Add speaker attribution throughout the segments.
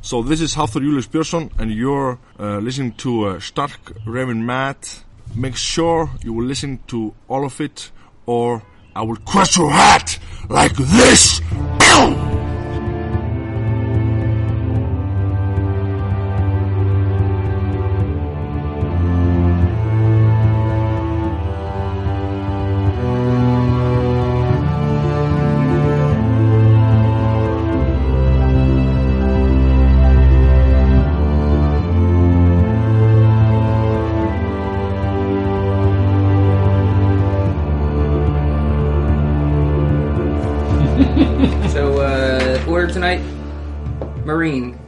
Speaker 1: So this is Hafþór Július Björnsson and you're uh, listening to uh, Stark Raven Matt. Make sure you will listen to all of it or I will crush your hat like this! Ow!
Speaker 2: So, uh, order tonight, Marine.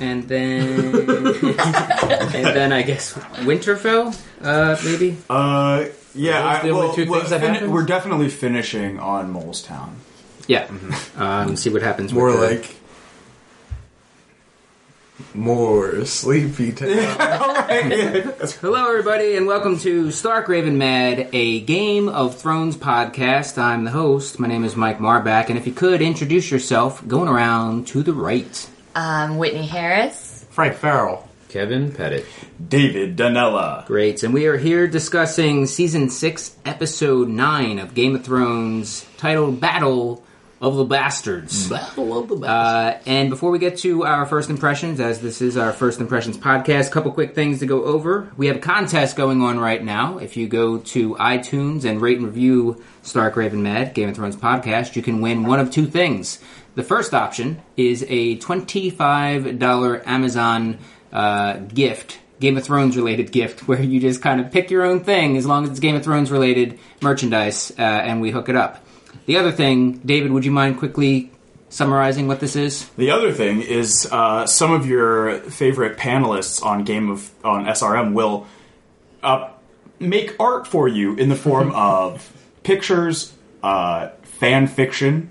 Speaker 2: and then. and then I guess Winterfell, uh, maybe?
Speaker 3: Uh, yeah.
Speaker 4: Those
Speaker 3: I,
Speaker 4: the only
Speaker 3: well,
Speaker 4: two
Speaker 3: well,
Speaker 4: things that
Speaker 3: fin-
Speaker 4: happened?
Speaker 3: We're definitely finishing on Molestown.
Speaker 2: Yeah. Um, see what happens
Speaker 5: More
Speaker 2: with the-
Speaker 5: like more sleepy town.
Speaker 2: Hello, everybody, and welcome to Stark Raven Mad, a Game of Thrones podcast. I'm the host. My name is Mike Marback, and if you could introduce yourself, going around to the right.
Speaker 6: Um, Whitney Harris.
Speaker 5: Frank Farrell.
Speaker 4: Kevin Pettit.
Speaker 3: David Danella.
Speaker 2: Great, and we are here discussing season six, episode nine of Game of Thrones, titled "Battle of the Bastards."
Speaker 4: Battle of the
Speaker 2: Uh, and before we get to our first impressions, as this is our first impressions podcast, a couple quick things to go over. We have a contest going on right now. If you go to iTunes and rate and review Stark Raven Mad Game of Thrones podcast, you can win one of two things. The first option is a twenty-five dollar Amazon uh, gift. Game of Thrones related gift where you just kind of pick your own thing as long as it's Game of Thrones related merchandise uh, and we hook it up. The other thing, David, would you mind quickly summarizing what this is?
Speaker 3: The other thing is, uh, some of your favorite panelists on Game of on SRM will uh, make art for you in the form of pictures, uh, fan fiction,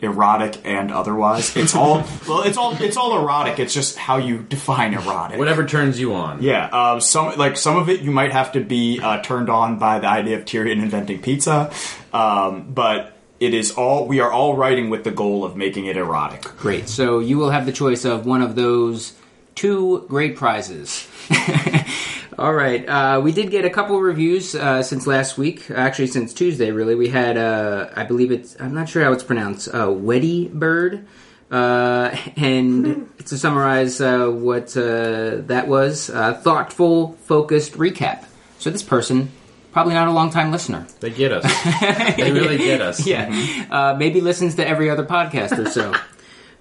Speaker 3: erotic and otherwise. It's all well, it's all it's all erotic. It's just how you define erotic.
Speaker 4: Whatever turns you on.
Speaker 3: Yeah, um, some like some of it you might have to be uh, turned on by the idea of Tyrion inventing pizza, um, but it is all we are all writing with the goal of making it erotic.
Speaker 2: Great. So you will have the choice of one of those two great prizes. All right. Uh, we did get a couple reviews uh, since last week. Actually, since Tuesday, really. We had, uh, I believe it's, I'm not sure how it's pronounced, uh, Weddy Bird. Uh, and to summarize uh, what uh, that was, uh, thoughtful, focused recap. So this person, probably not a long time listener.
Speaker 4: They get us. they really get us.
Speaker 2: Yeah. Uh, maybe listens to every other podcast or so.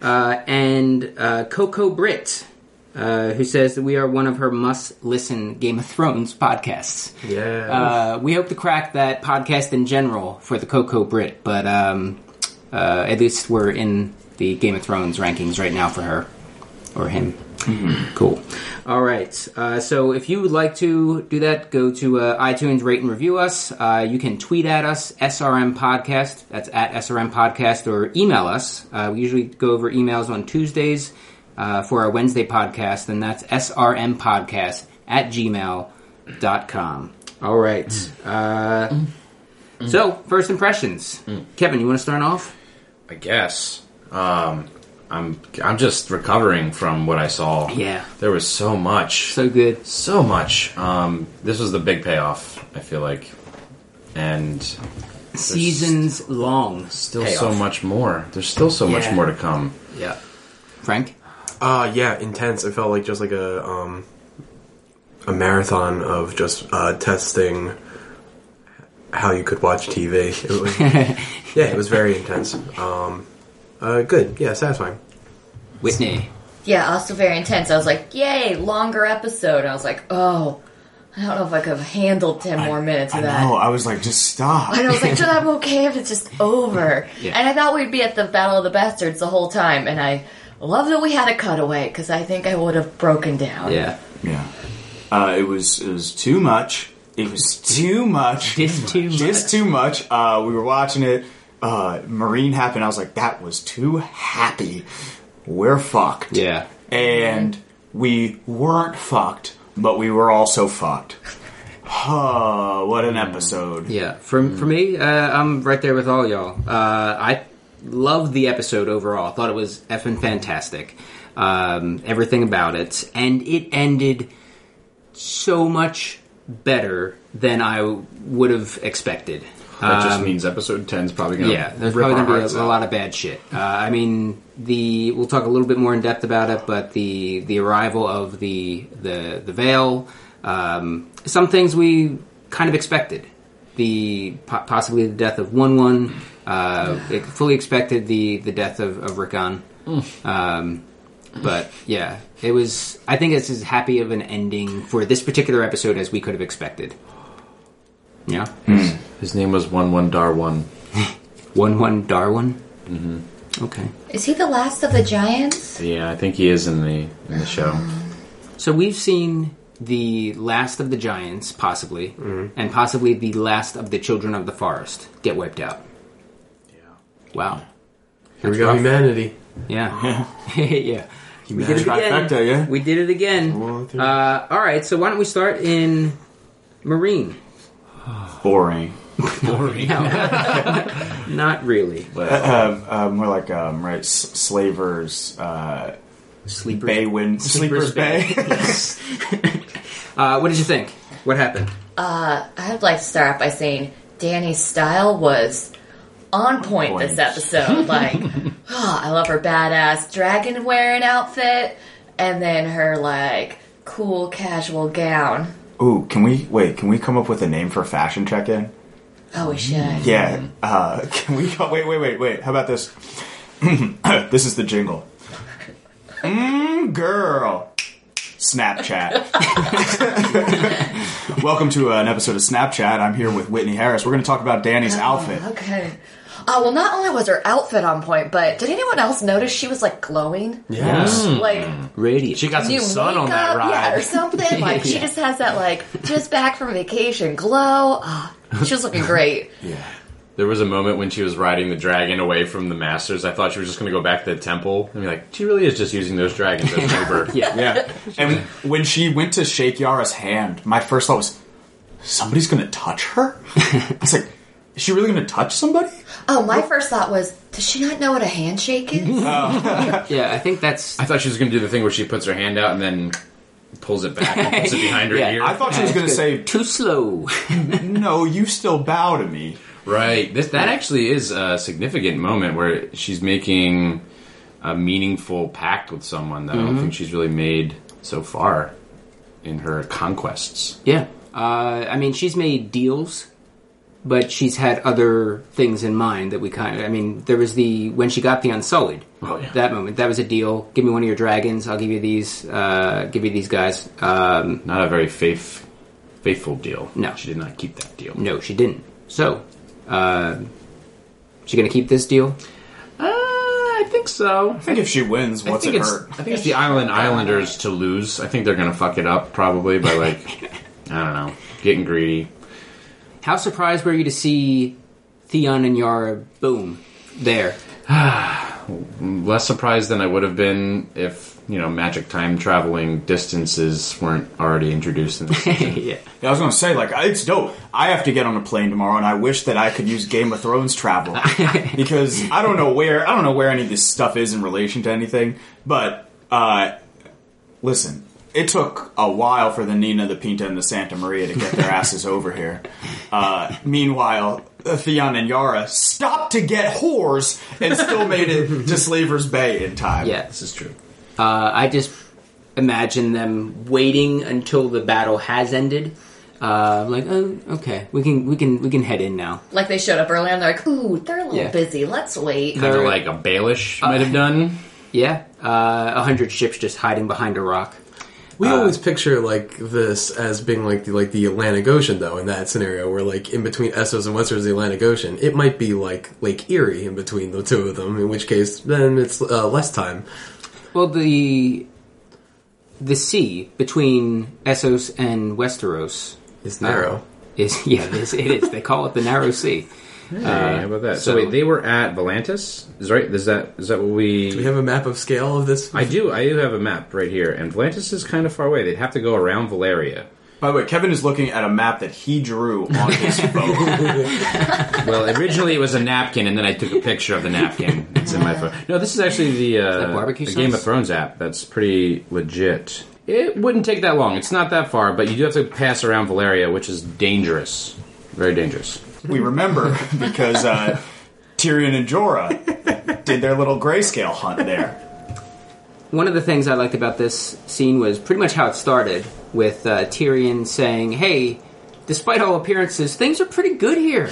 Speaker 2: uh, and uh, Coco Britt, uh, who says that we are one of her must listen Game of Thrones podcasts.
Speaker 4: Yeah.
Speaker 2: Uh, we hope to crack that podcast in general for the Coco Britt, but um, uh, at least we're in the Game of Thrones rankings right now for her or him. Cool. All right. Uh, so if you would like to do that, go to uh, iTunes, rate and review us. Uh, you can tweet at us, SRM Podcast. That's at SRM Podcast, or email us. Uh, we usually go over emails on Tuesdays uh, for our Wednesday podcast, and that's SRM Podcast at gmail.com. All right. Uh, so, first impressions. Kevin, you want to start off?
Speaker 4: I guess. Um, I'm I'm just recovering from what I saw.
Speaker 2: Yeah.
Speaker 4: There was so much.
Speaker 2: So good.
Speaker 4: so much. Um, this was the big payoff. I feel like, and
Speaker 2: Seasons long.
Speaker 4: still
Speaker 2: Payoff.
Speaker 4: so much more. There's still so much
Speaker 2: Yeah.
Speaker 4: more to come.
Speaker 2: Yeah. Frank?
Speaker 5: Uh yeah, intense. It felt like just like a um a marathon of just uh testing how you could watch TV. It was, yeah, it was very intense. Um uh good. Yeah, satisfying.
Speaker 2: Whitney.
Speaker 6: Yeah, also very intense. I was like, yay, longer episode. I was like, oh, I don't know if I could have handled 10 more minutes of
Speaker 3: I
Speaker 6: that.
Speaker 3: know. I was like, just stop.
Speaker 6: And I was like, "Dude, I'm okay if it's just over.
Speaker 2: Yeah.
Speaker 6: And I thought we'd be at the Battle of the Bastards the whole time. And I love that we had a cutaway because I think I would have broken down.
Speaker 2: Yeah.
Speaker 3: Yeah, uh, it was it was too much. It was too much.
Speaker 2: Just too much.
Speaker 3: Just too much. Uh, we were watching it. Uh, Marine happened. I was like, that was too happy. We're fucked.
Speaker 2: Yeah.
Speaker 3: and we weren't fucked, but we were also fucked. Huh, what an episode.
Speaker 2: Yeah. For, for me, uh, I'm right there with all y'all. Uh, I loved the episode overall. Thought it was effing fantastic. um, everything about it, and it ended so much better than I would have expected.
Speaker 4: That just means episode 10 is probably going to
Speaker 2: Um, Yeah, there's probably going to be a, a lot of bad shit. Uh, I mean, the we'll talk a little bit more in depth about it, but the the arrival of the the the veil, um, some things we kind of expected. The po- possibly the death of one one, uh, it fully expected the the death of, of Rickon. Um, but yeah, it was. I think it's as happy of an ending for this particular episode as we could have expected. Yeah.
Speaker 4: His name was 1 1 Dar 1.
Speaker 2: One one Darwin. Mm-hmm. Okay.
Speaker 6: Is he the last of the giants?
Speaker 4: Yeah, I think he is in the in the show.
Speaker 2: So we've seen the last of the giants, possibly, and possibly the last of the children of the forest get wiped out. Yeah. Wow.
Speaker 5: Here we go, humanity.
Speaker 2: Yeah. yeah. We did it again.
Speaker 3: Trifecta, yeah?
Speaker 2: We did it again. Uh, all right. So why don't we start in Marine?
Speaker 3: Boring.
Speaker 2: Not really.
Speaker 3: Um, uh, more like um, right, s- slavers, uh,
Speaker 2: Sleeper.
Speaker 3: bay wind, sleepers, bay.
Speaker 2: Uh, what did you think? What happened?
Speaker 6: I'd like to start off by saying Danny's style was on point,
Speaker 3: point.
Speaker 6: this episode. like, oh, I love her badass dragon wearing outfit, and then her like cool casual gown.
Speaker 3: Ooh, can we wait? Can we come up with a name for fashion check-in?
Speaker 6: Oh, we should.
Speaker 3: Yeah. Uh, can we? Go, wait, wait, wait, wait. How about this? this is the jingle. Mm, girl. Snapchat. Welcome to an episode of Snapchat. I'm here with Whitney Harris. We're going to talk about Danny's outfit.
Speaker 6: Okay. Uh, well, not only was her outfit on point, but did anyone else notice she was like glowing?
Speaker 5: Yes.
Speaker 6: Like
Speaker 2: Radiant.
Speaker 4: She got some
Speaker 6: new
Speaker 4: sun on that
Speaker 6: makeup?
Speaker 4: ride.
Speaker 6: yeah, or something. Like she
Speaker 2: Yeah.
Speaker 6: just has that like just back from vacation glow. Ah, she was looking great.
Speaker 4: There was a moment when she was riding the dragon away from the masters. I thought she was just going to go back to the temple and be like, she really is just using those dragons as labor.
Speaker 2: Yeah.
Speaker 3: Yeah. And when she went to shake Yara's hand, my first thought was, somebody's going to touch her? I was like, is she really going to touch somebody?
Speaker 6: Oh, my first thought was, does she not know what a handshake is?
Speaker 2: Yeah. I think that's.
Speaker 4: I thought she was going to do the thing where she puts her hand out and then pulls it back and puts it behind her
Speaker 2: Yeah,
Speaker 4: ear.
Speaker 3: I thought she was going to say,
Speaker 2: Too slow.
Speaker 3: no, you still bow to me.
Speaker 4: Right. This that actually is a significant moment where she's making a meaningful pact with someone that I don't think she's really made so far in her conquests.
Speaker 2: Yeah. Uh, I mean, she's made deals, but she's had other things in mind that we kind of. I mean, there was the. When she got the Unsullied.
Speaker 4: Oh, yeah.
Speaker 2: That moment. That was a deal. Give me one of your dragons. I'll give you these. Uh, give you these guys. Um,
Speaker 4: Not a very faith faithful deal.
Speaker 2: No.
Speaker 4: she did not keep that deal.
Speaker 2: no, she didn't. So. Uh, she gonna keep this deal?
Speaker 4: Uh, I think so.
Speaker 3: I think if she wins,
Speaker 4: I
Speaker 3: what's
Speaker 4: think
Speaker 3: it
Speaker 4: it's
Speaker 3: hurt?
Speaker 4: I think it's the Island Islanders to lose. I think they're gonna fuck it up probably by like I don't know, getting greedy.
Speaker 2: How surprised were you to see Theon and Yara? Boom, there.
Speaker 4: less surprised than I would have been if you know magic time traveling distances weren't already introduced in this.
Speaker 2: yeah.
Speaker 3: Yeah, I was going to say, like, it's dope. I have to get on a plane tomorrow, and I wish that I could use Game of Thrones travel because I don't know where I don't know where any of this stuff is in relation to anything. But uh, listen, it took a while for the Nina, the Pinta, and the Santa Maria to get their asses over here. Uh, meanwhile, Theon and Yara stopped to get whores and still made it to Slaver's Bay in time.
Speaker 2: Yeah.
Speaker 4: this is true.
Speaker 2: Uh, I just imagine them waiting until the battle has ended. Uh, like, oh, okay, we can we can we can head in now.
Speaker 6: like they showed up early and they're like, ooh, they're a little
Speaker 2: Yeah.
Speaker 6: busy. Let's wait.
Speaker 4: Kind of like a Baelish might have done.
Speaker 2: Yeah, uh, a hundred ships just hiding behind a rock.
Speaker 5: We always picture like this as being like the like the Atlantic Ocean though in that scenario where like in between Essos and Westeros the Atlantic Ocean it might be like Lake Erie in between the two of them in which case then it's uh, less time
Speaker 2: Well, the the sea between Essos and Westeros
Speaker 5: it's narrow
Speaker 2: is yeah, it is. It is. they call it the narrow sea.
Speaker 4: Hey, Uh, how about that? So,
Speaker 2: so-
Speaker 4: wait, they were at Volantis. Is right? Is that is that what we?
Speaker 5: do we have a map of scale of this
Speaker 4: I do. I do have a map right here, and Volantis is kind of far away. They'd have to go around Valeria.
Speaker 3: By the way, Kevin is looking at a map that he drew on his phone.
Speaker 4: Well, originally it was a napkin, and then I took a picture of the napkin. It's in my phone. No, this is actually the, uh,
Speaker 2: that barbecue
Speaker 4: the
Speaker 2: sauce?
Speaker 4: Game of Thrones app. That's pretty legit. It wouldn't take that long. It's not that far, but you do have to pass around Valeria, which is dangerous. Very dangerous.
Speaker 3: we remember because uh, Tyrion and Jorah did their little grayscale hunt there.
Speaker 2: One of the things I liked about this scene was pretty much how it started with uh, Tyrion saying, "Hey, despite all appearances, things are pretty good here."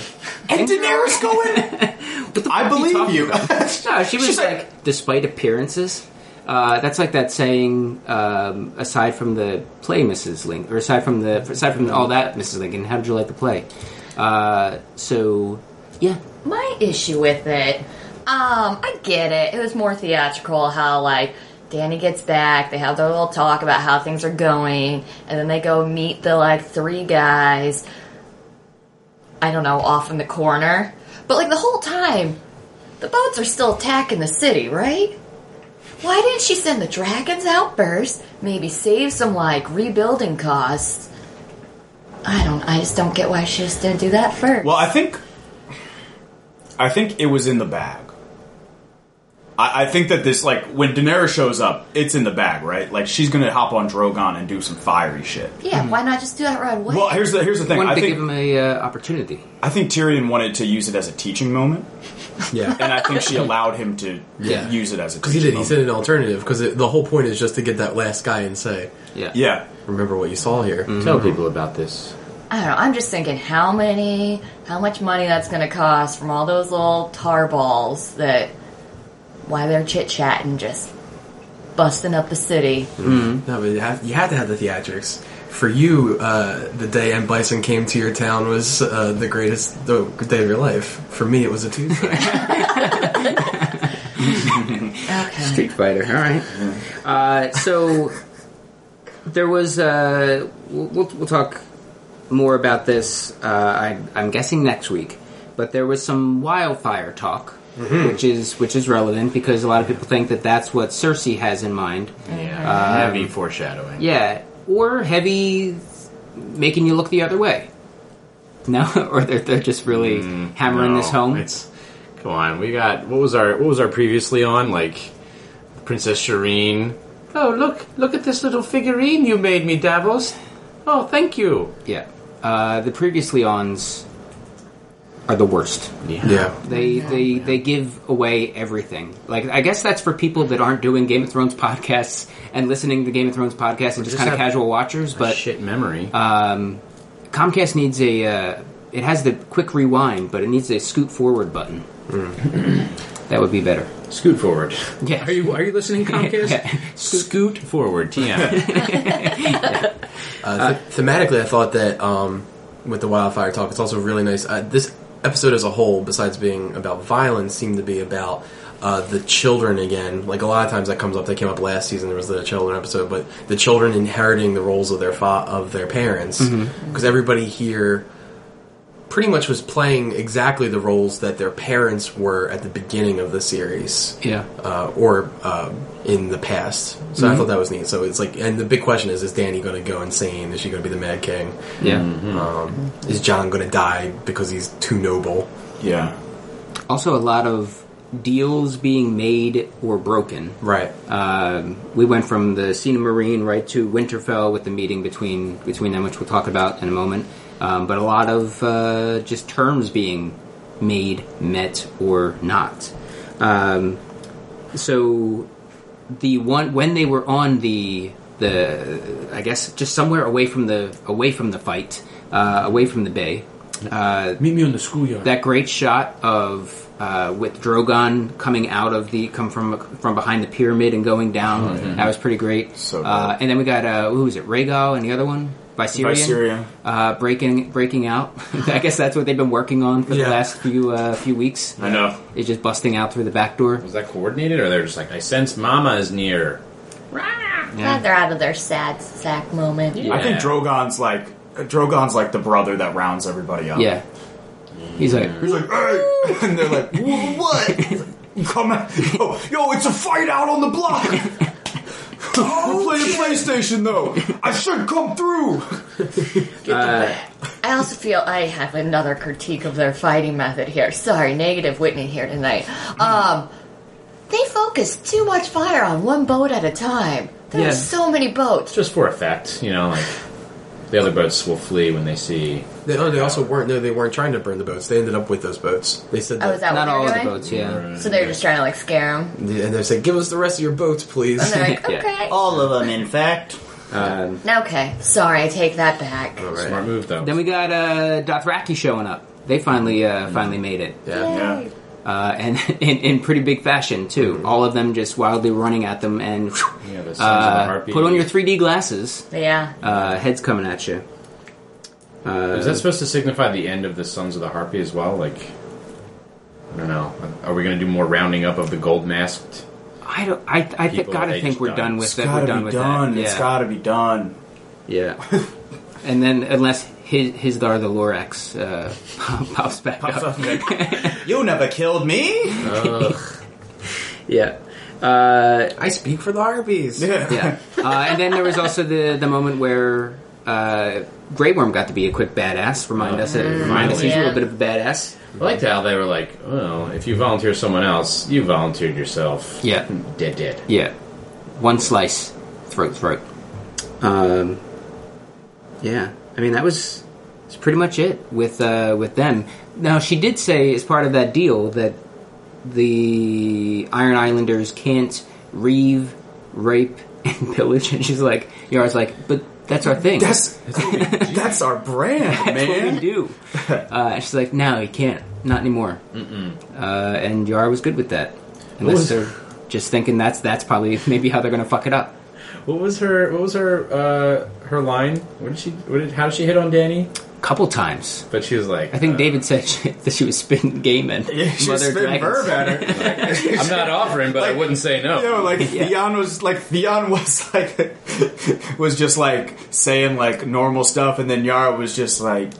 Speaker 3: And Daenerys going,
Speaker 2: What the
Speaker 3: I
Speaker 2: fuck are
Speaker 3: believe
Speaker 2: talking
Speaker 3: you.
Speaker 2: about? No, she was
Speaker 3: She's
Speaker 2: like,
Speaker 3: like-
Speaker 2: despite appearances. Uh, that's like that saying. Um, aside from the play, Mrs. Lincoln, or aside from the aside from all that, Mrs. Lincoln, how did you like the play? Uh, so, yeah,
Speaker 6: My issue with it, um, I get it. It was more theatrical how like Danny gets back, they have their little talk about how things are going, and then they go meet the like three guys. I don't know, off in the corner. But like the whole time, the boats are still attacking the city, right? Why didn't she send the dragons out first? Maybe save some like rebuilding costs. I don't. I just don't get why she just didn't do that first.
Speaker 3: Well, I think, I think it was in the bag. I, I think that this, like, when Daenerys shows up, it's in the bag, right? Like, she's gonna hop on Drogon and do some fiery shit.
Speaker 6: Yeah, why not just do that right away?
Speaker 3: mm. Well, here's the here's the thing.
Speaker 2: wanted
Speaker 3: I
Speaker 2: to
Speaker 3: think
Speaker 2: give him a uh, opportunity.
Speaker 3: I think Tyrion wanted to use it as a teaching moment,
Speaker 5: Yeah.
Speaker 3: and I think she allowed him to
Speaker 5: Yeah.
Speaker 3: use it as a
Speaker 5: Because he
Speaker 3: teaching
Speaker 5: did. He
Speaker 3: moment.
Speaker 5: said an alternative. Because the whole point is just to get that last guy and say,
Speaker 2: Yeah,
Speaker 3: yeah.
Speaker 5: "Remember what you saw here."
Speaker 4: Tell
Speaker 2: Mm-hmm.
Speaker 4: people about this.
Speaker 6: I don't know. I'm just thinking how many, how much money that's going to cost from all those little tar balls that, while they're chit chatting, just busting up the city.
Speaker 5: No, but you have, you had to have the theatrics. For you, uh, the day M. Bison came to your town was uh, the greatest the day of your life. For me, it was a Tuesday.
Speaker 6: Okay.
Speaker 2: Street Fighter. All right. Uh, so there was. Uh, we'll, we'll we'll talk more about this. Uh, I, I'm guessing next week, but there was some wildfire talk,
Speaker 4: Mm-hmm.
Speaker 2: which is which is relevant because a lot of people think that that's what Cersei has in mind.
Speaker 4: Yeah. Heavy foreshadowing.
Speaker 2: Yeah, or heavy, making you look the other way. No, or they're they're just really hammering
Speaker 4: Mm, No,
Speaker 2: this home.
Speaker 4: It's come on. We got what was our what was our previously on like Princess Shireen. Oh look look at this little figurine you made me, Davos. Oh thank you.
Speaker 2: yeah, uh, the previously ons are the worst.
Speaker 5: yeah.
Speaker 2: They they they give away everything. Like I guess that's for people that aren't doing Game of Thrones podcasts and listening to Game of Thrones podcasts and just,
Speaker 4: just
Speaker 2: kind of
Speaker 4: have-
Speaker 2: casual watchers. But
Speaker 4: shit memory.
Speaker 2: Comcast needs a uh, it has the quick rewind, but it needs a scoot forward button. that would be better.
Speaker 4: Scoot forward.
Speaker 2: Yeah.
Speaker 4: Are you are you listening, Comcast?
Speaker 2: Yeah.
Speaker 4: Scoot forward, TM.
Speaker 5: Uh, th- thematically, I thought that um, with the wildfire talk, it's also really nice. Uh, this episode as a whole, besides being about violence, seemed to be about uh, the children again. Like a lot of times that comes up. That came up last season. There was the children episode, but the children inheriting the roles of their fa- of their parents because everybody here pretty much was playing exactly the roles that their parents were at the beginning of the series
Speaker 2: Yeah.
Speaker 5: uh, or um, in the past. So I thought that was neat. So it's like, and the big question is: Is Danny going to go insane? Is she going to be the Mad King?
Speaker 2: Yeah.
Speaker 5: Um, is John going to die because he's too noble?
Speaker 3: Yeah.
Speaker 2: Also, a lot of deals being made or broken.
Speaker 5: Right.
Speaker 2: Um, we went from the Cena Marine right to Winterfell with the meeting between between them, which we'll talk about in a moment. Um, but a lot of uh, just terms being made, met, or not. Um, so the one when they were on the the I guess just somewhere away from the away from the fight, uh, away from the bay. Uh,
Speaker 4: Meet me on the schoolyard.
Speaker 2: that great shot of uh, with Drogon coming out of the come from from behind the pyramid and going down. That was pretty great.
Speaker 3: So dope.
Speaker 2: uh, and then we got uh, who was it? Rhaegal and the other one, Viserion,
Speaker 3: Viserion.
Speaker 2: Uh, breaking breaking out. I guess that's what they've been working on for the
Speaker 5: Yeah.
Speaker 2: last few uh, few weeks.
Speaker 3: I know.
Speaker 2: It's just busting out through the back door.
Speaker 4: was that coordinated, or they're just like, I sense Mama is near.
Speaker 6: Glad they're out of their sad sack moment.
Speaker 3: I think Drogon's like Drogon's like the brother that rounds everybody up.
Speaker 2: Yeah, he's like.
Speaker 3: He's like, hey, and they're like, "Wha- what? He's like, Come on, yo, yo, it's a fight out on the block. I'm playing PlayStation though. I should come through.
Speaker 6: I also feel I have
Speaker 2: Mm-hmm.
Speaker 6: another critique of their fighting method here. Sorry, negative Whitney here tonight. Um, They focus too much fire on one boat at a time. There are
Speaker 4: Yeah.
Speaker 6: so many boats.
Speaker 4: Just for effect, you know, like the other boats will flee when they see.
Speaker 5: They, oh, they also weren't. No, they weren't trying to burn the boats. They ended up with those boats. They said,
Speaker 6: Oh, is
Speaker 5: that,
Speaker 6: that
Speaker 2: Not
Speaker 6: what
Speaker 2: all
Speaker 6: they're
Speaker 2: of the
Speaker 6: doing?
Speaker 2: boats, yeah.
Speaker 6: So they're just trying to like scare them.
Speaker 5: and they said, "Give us the rest of your boats, please."
Speaker 6: And they're like,
Speaker 4: Yeah.
Speaker 6: okay,
Speaker 7: All of them, in fact.
Speaker 2: Um,
Speaker 6: okay. Sorry, I take that back.
Speaker 5: All right.
Speaker 4: Smart move, though.
Speaker 2: then we got uh, Dothraki showing up. They finally uh, finally made it,
Speaker 5: Yeah.
Speaker 3: Yeah.
Speaker 2: uh, and in, in pretty big fashion too. All of them just wildly running at them, and
Speaker 4: yeah, the sons of the
Speaker 2: uh,
Speaker 4: harpy.
Speaker 2: put on your 3D glasses.
Speaker 6: Yeah.
Speaker 2: Uh, heads coming at you.
Speaker 4: Is that supposed to signify the end of the Sons of the Harpy as well? Like, I don't know. Are we going to do more rounding up of the gold masked?
Speaker 2: I don't. I I think
Speaker 4: People,
Speaker 2: gotta
Speaker 4: they
Speaker 2: think
Speaker 4: just
Speaker 2: we're
Speaker 4: done.
Speaker 2: done with
Speaker 3: It's
Speaker 2: that. We're
Speaker 3: gotta
Speaker 2: done
Speaker 3: be
Speaker 2: with
Speaker 3: done.
Speaker 2: that.
Speaker 3: It's
Speaker 2: Yeah.
Speaker 3: gotta be done.
Speaker 2: Yeah. and then unless his his Dar the Lorax uh, pops back up.
Speaker 7: You never killed me.
Speaker 2: Yeah. Uh,
Speaker 5: I speak for the harpies.
Speaker 2: yeah. Uh, and then there was also the the moment where uh, Grey Worm got to be a quick badass. Remind us, uh, remind us, he's a
Speaker 6: Yeah.
Speaker 2: little bit of a badass.
Speaker 4: I liked how they were like, "Oh, if you volunteer someone else, you volunteered yourself."
Speaker 2: Yeah.
Speaker 4: dead, dead.
Speaker 2: Yeah. One slice, throat, throat. Um. Yeah. I mean, that was that's pretty much it with uh, with them. Now she did say as part of that deal that the Iron Islanders can't reeve, rape, and pillage. And she's like, Yara's like, but that's our thing.
Speaker 3: That's that's our brand,
Speaker 2: That's what we
Speaker 3: man.
Speaker 2: do. Uh, and she's like, no, you can't. Not anymore. Uh, and Yara was good with that. Unless
Speaker 4: was-
Speaker 2: they're just thinking that's that's probably maybe how they're going to fuck it up.
Speaker 4: What was her? What was her? Uh, her line? What did she? What did? How did she hit on Danny?
Speaker 2: couple times.
Speaker 4: But she was like,
Speaker 2: I think
Speaker 4: uh,
Speaker 2: David said she, that she was spitting game and
Speaker 3: Yeah, she
Speaker 2: mother
Speaker 3: was spitting
Speaker 2: dragons.
Speaker 3: verb at her.
Speaker 4: I'm not offering, but I
Speaker 3: Like-
Speaker 4: wouldn't say no.
Speaker 3: You know, like
Speaker 2: Yeah.
Speaker 3: Theon was like Theon was like was just like saying like normal stuff, and then Yara was just like,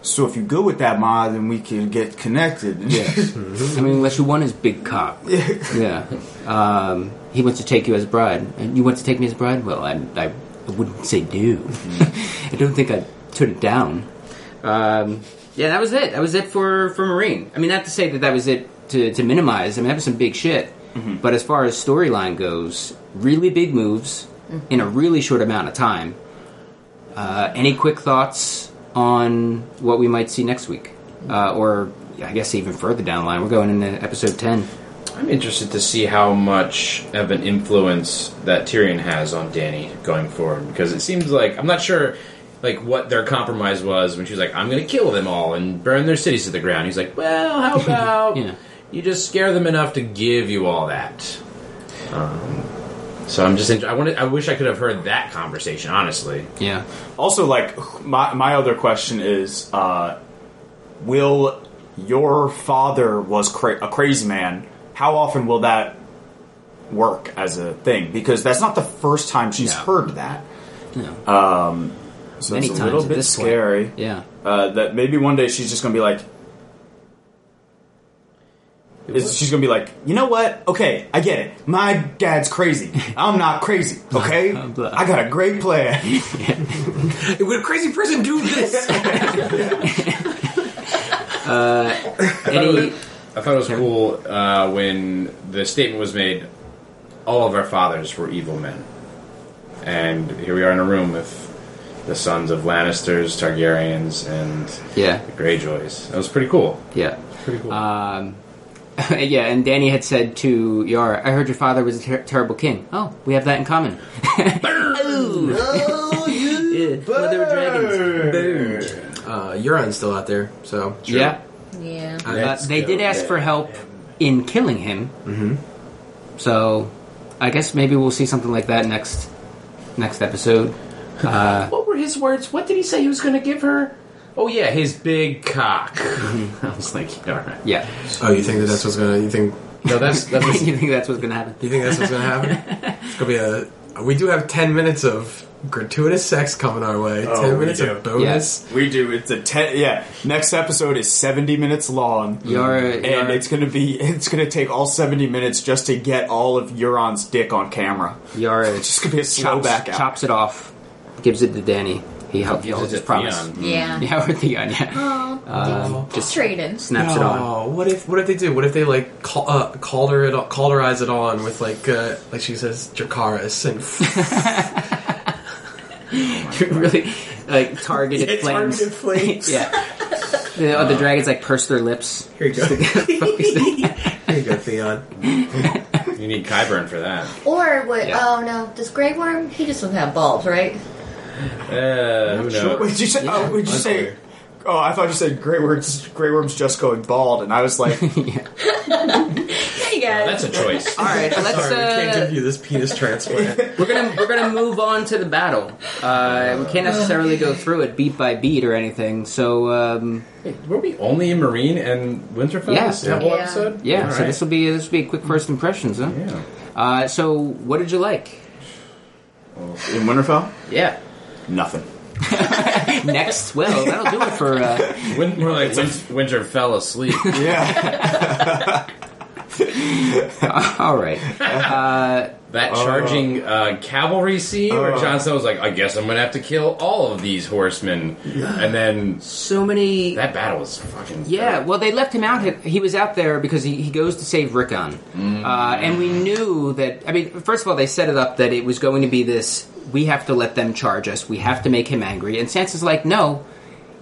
Speaker 3: "So if you good with that ma, then we can get connected."
Speaker 2: Yeah. I mean, unless you want his big cock. Yeah. Um, he wants to take you as bride. And you want to take me as bride? Well, I, I, I wouldn't say no.
Speaker 3: Mm-hmm.
Speaker 2: I don't think I'd turn it down. Um, yeah, that was it. That was it for, for Marine. I mean, not to say that that was it to, to minimize. I mean, that was some big shit.
Speaker 3: Mm-hmm.
Speaker 2: But as far as storyline goes, really big moves
Speaker 3: Mm.
Speaker 2: in a really short amount of time. Uh, any quick thoughts on what we might see next week? Uh, or I guess even further down the line, we're going into episode 10.
Speaker 4: I'm interested to see how much of an influence that Tyrion has on Danny going forward because it seems like I'm not sure like what their compromise was when she was like I'm going to kill them all and burn their cities to the ground. He's like, "Well, how about
Speaker 2: Yeah.
Speaker 4: you just scare them enough to give you all that?" Um, so I'm just in- I wanted I wish I could have heard that conversation honestly.
Speaker 2: Yeah.
Speaker 3: Also, like my my other question is, uh, will your father was cra- a crazy man? How often will that work as a thing? Because that's not the first time she's
Speaker 2: No.
Speaker 3: heard that. Um,
Speaker 2: No.
Speaker 3: So
Speaker 2: Many
Speaker 3: it's a
Speaker 2: times
Speaker 3: little
Speaker 2: at
Speaker 3: bit
Speaker 2: this point.
Speaker 3: scary.
Speaker 2: Yeah.
Speaker 3: uh, that maybe one day she's just gonna be like, It's- she's gonna be like, you know what? Okay, I get it. My dad's crazy. I'm not crazy. Okay, I got a great plan.
Speaker 5: Would a crazy person do this?
Speaker 2: Uh, Any,
Speaker 4: I thought it was cool uh, when the statement was made. All of our fathers were evil men, and here we are in a room with the sons of Lannisters, Targaryens, and
Speaker 2: yeah.
Speaker 4: the Greyjoys. That was pretty cool.
Speaker 2: Yeah.
Speaker 4: Pretty cool.
Speaker 2: Um, yeah, and Danny had said to Yara, I heard your father was a ter- terrible king. Oh, we have that in common.
Speaker 7: oh, you.
Speaker 2: Yeah, Mother of dragons.
Speaker 5: uh, Euron's still out there, so Oh,
Speaker 2: Yeah.
Speaker 6: Yeah.
Speaker 5: I-
Speaker 2: Uh, they did ask for help in killing him. Mm-hmm. So, I guess maybe we'll see something like that next next episode.
Speaker 4: what were his words? What did he say he was going to give her? Oh yeah, his big cock. I was like, all right.
Speaker 2: Yeah.
Speaker 5: Oh, you think that that's what's gonna? You think?
Speaker 4: No, that's that's what's-
Speaker 2: you think that's what's gonna happen?
Speaker 5: You think that's what's gonna happen? it's gonna be a. We do have ten minutes of gratuitous sex coming our way. Ten
Speaker 3: Oh, we
Speaker 5: minutes
Speaker 3: do.
Speaker 5: of bonus.
Speaker 3: We do. It's a ten. Yeah. Next episode is seventy minutes long.
Speaker 2: Yara,
Speaker 3: And
Speaker 2: Yara,
Speaker 3: it's gonna be. It's gonna take all seventy minutes just to get all of Euron's dick on camera.
Speaker 2: Yara
Speaker 3: It's just gonna be a slow
Speaker 2: chops,
Speaker 3: back out.
Speaker 2: chops it off, gives it to Danny. He helped you
Speaker 4: Is
Speaker 2: his
Speaker 4: it
Speaker 2: promise.
Speaker 4: Theon?
Speaker 6: Yeah.
Speaker 2: Yeah, with Theon, yeah.
Speaker 6: Oh, just traded.
Speaker 2: Snaps it on.
Speaker 5: Oh, what if what if they do? What if they like call, uh, calder it calderize it on with like uh, like she says Dracaris and
Speaker 2: really, like, targeted
Speaker 5: Yeah,
Speaker 2: flames.
Speaker 5: targeted flames.
Speaker 2: yeah. The, oh, the dragons, like, purse their lips.
Speaker 5: here you go, here
Speaker 2: Focus it.
Speaker 5: you go, Theon.
Speaker 4: You need Kyburn for that.
Speaker 6: Or what?
Speaker 2: Yeah.
Speaker 6: Oh no, does Grey Worm? He just doesn't have bulbs, right?
Speaker 4: Uh, who knows?
Speaker 3: Wait, did you say? oh, would you say? Oh, I thought you said Grey Worm's Grey Worm's just going bald, and I was like,
Speaker 6: Hey
Speaker 4: Oh,
Speaker 6: guys.
Speaker 4: That's a choice.
Speaker 2: All right, let's.
Speaker 5: Sorry, we can't
Speaker 2: uh,
Speaker 5: give you this penis transplant.
Speaker 2: We're gonna we're gonna move on to the battle. Uh, we can't necessarily go through it beat by beat or anything. So um,
Speaker 4: Were we only in Marine and Winterfell?
Speaker 2: Yeah.
Speaker 4: This whole
Speaker 6: Yeah.
Speaker 4: episode?
Speaker 2: yeah,
Speaker 4: All
Speaker 2: so
Speaker 4: right.
Speaker 2: this will be this will be a quick first impressions, huh?
Speaker 4: Yeah.
Speaker 2: Uh, so what did you like?
Speaker 3: in Winterfell,
Speaker 2: Yeah.
Speaker 3: nothing.
Speaker 2: Next, well, that'll do it for. Uh,
Speaker 4: When, we're like, Win- Winter fell asleep.
Speaker 3: Yeah,
Speaker 2: all right.
Speaker 4: That
Speaker 5: Oh.
Speaker 4: charging uh, cavalry scene where Jon Snow was like, I guess I'm going to have to kill all of these horsemen. And then
Speaker 2: So many.
Speaker 4: that battle was fucking.
Speaker 2: Yeah, well, they left him out. He was out there because he, he goes to save Rickon. Uh, and we knew that. I mean, first of all, they set it up that it was going to be this we have to let them charge us, we have to make him angry. And Sansa's like, no,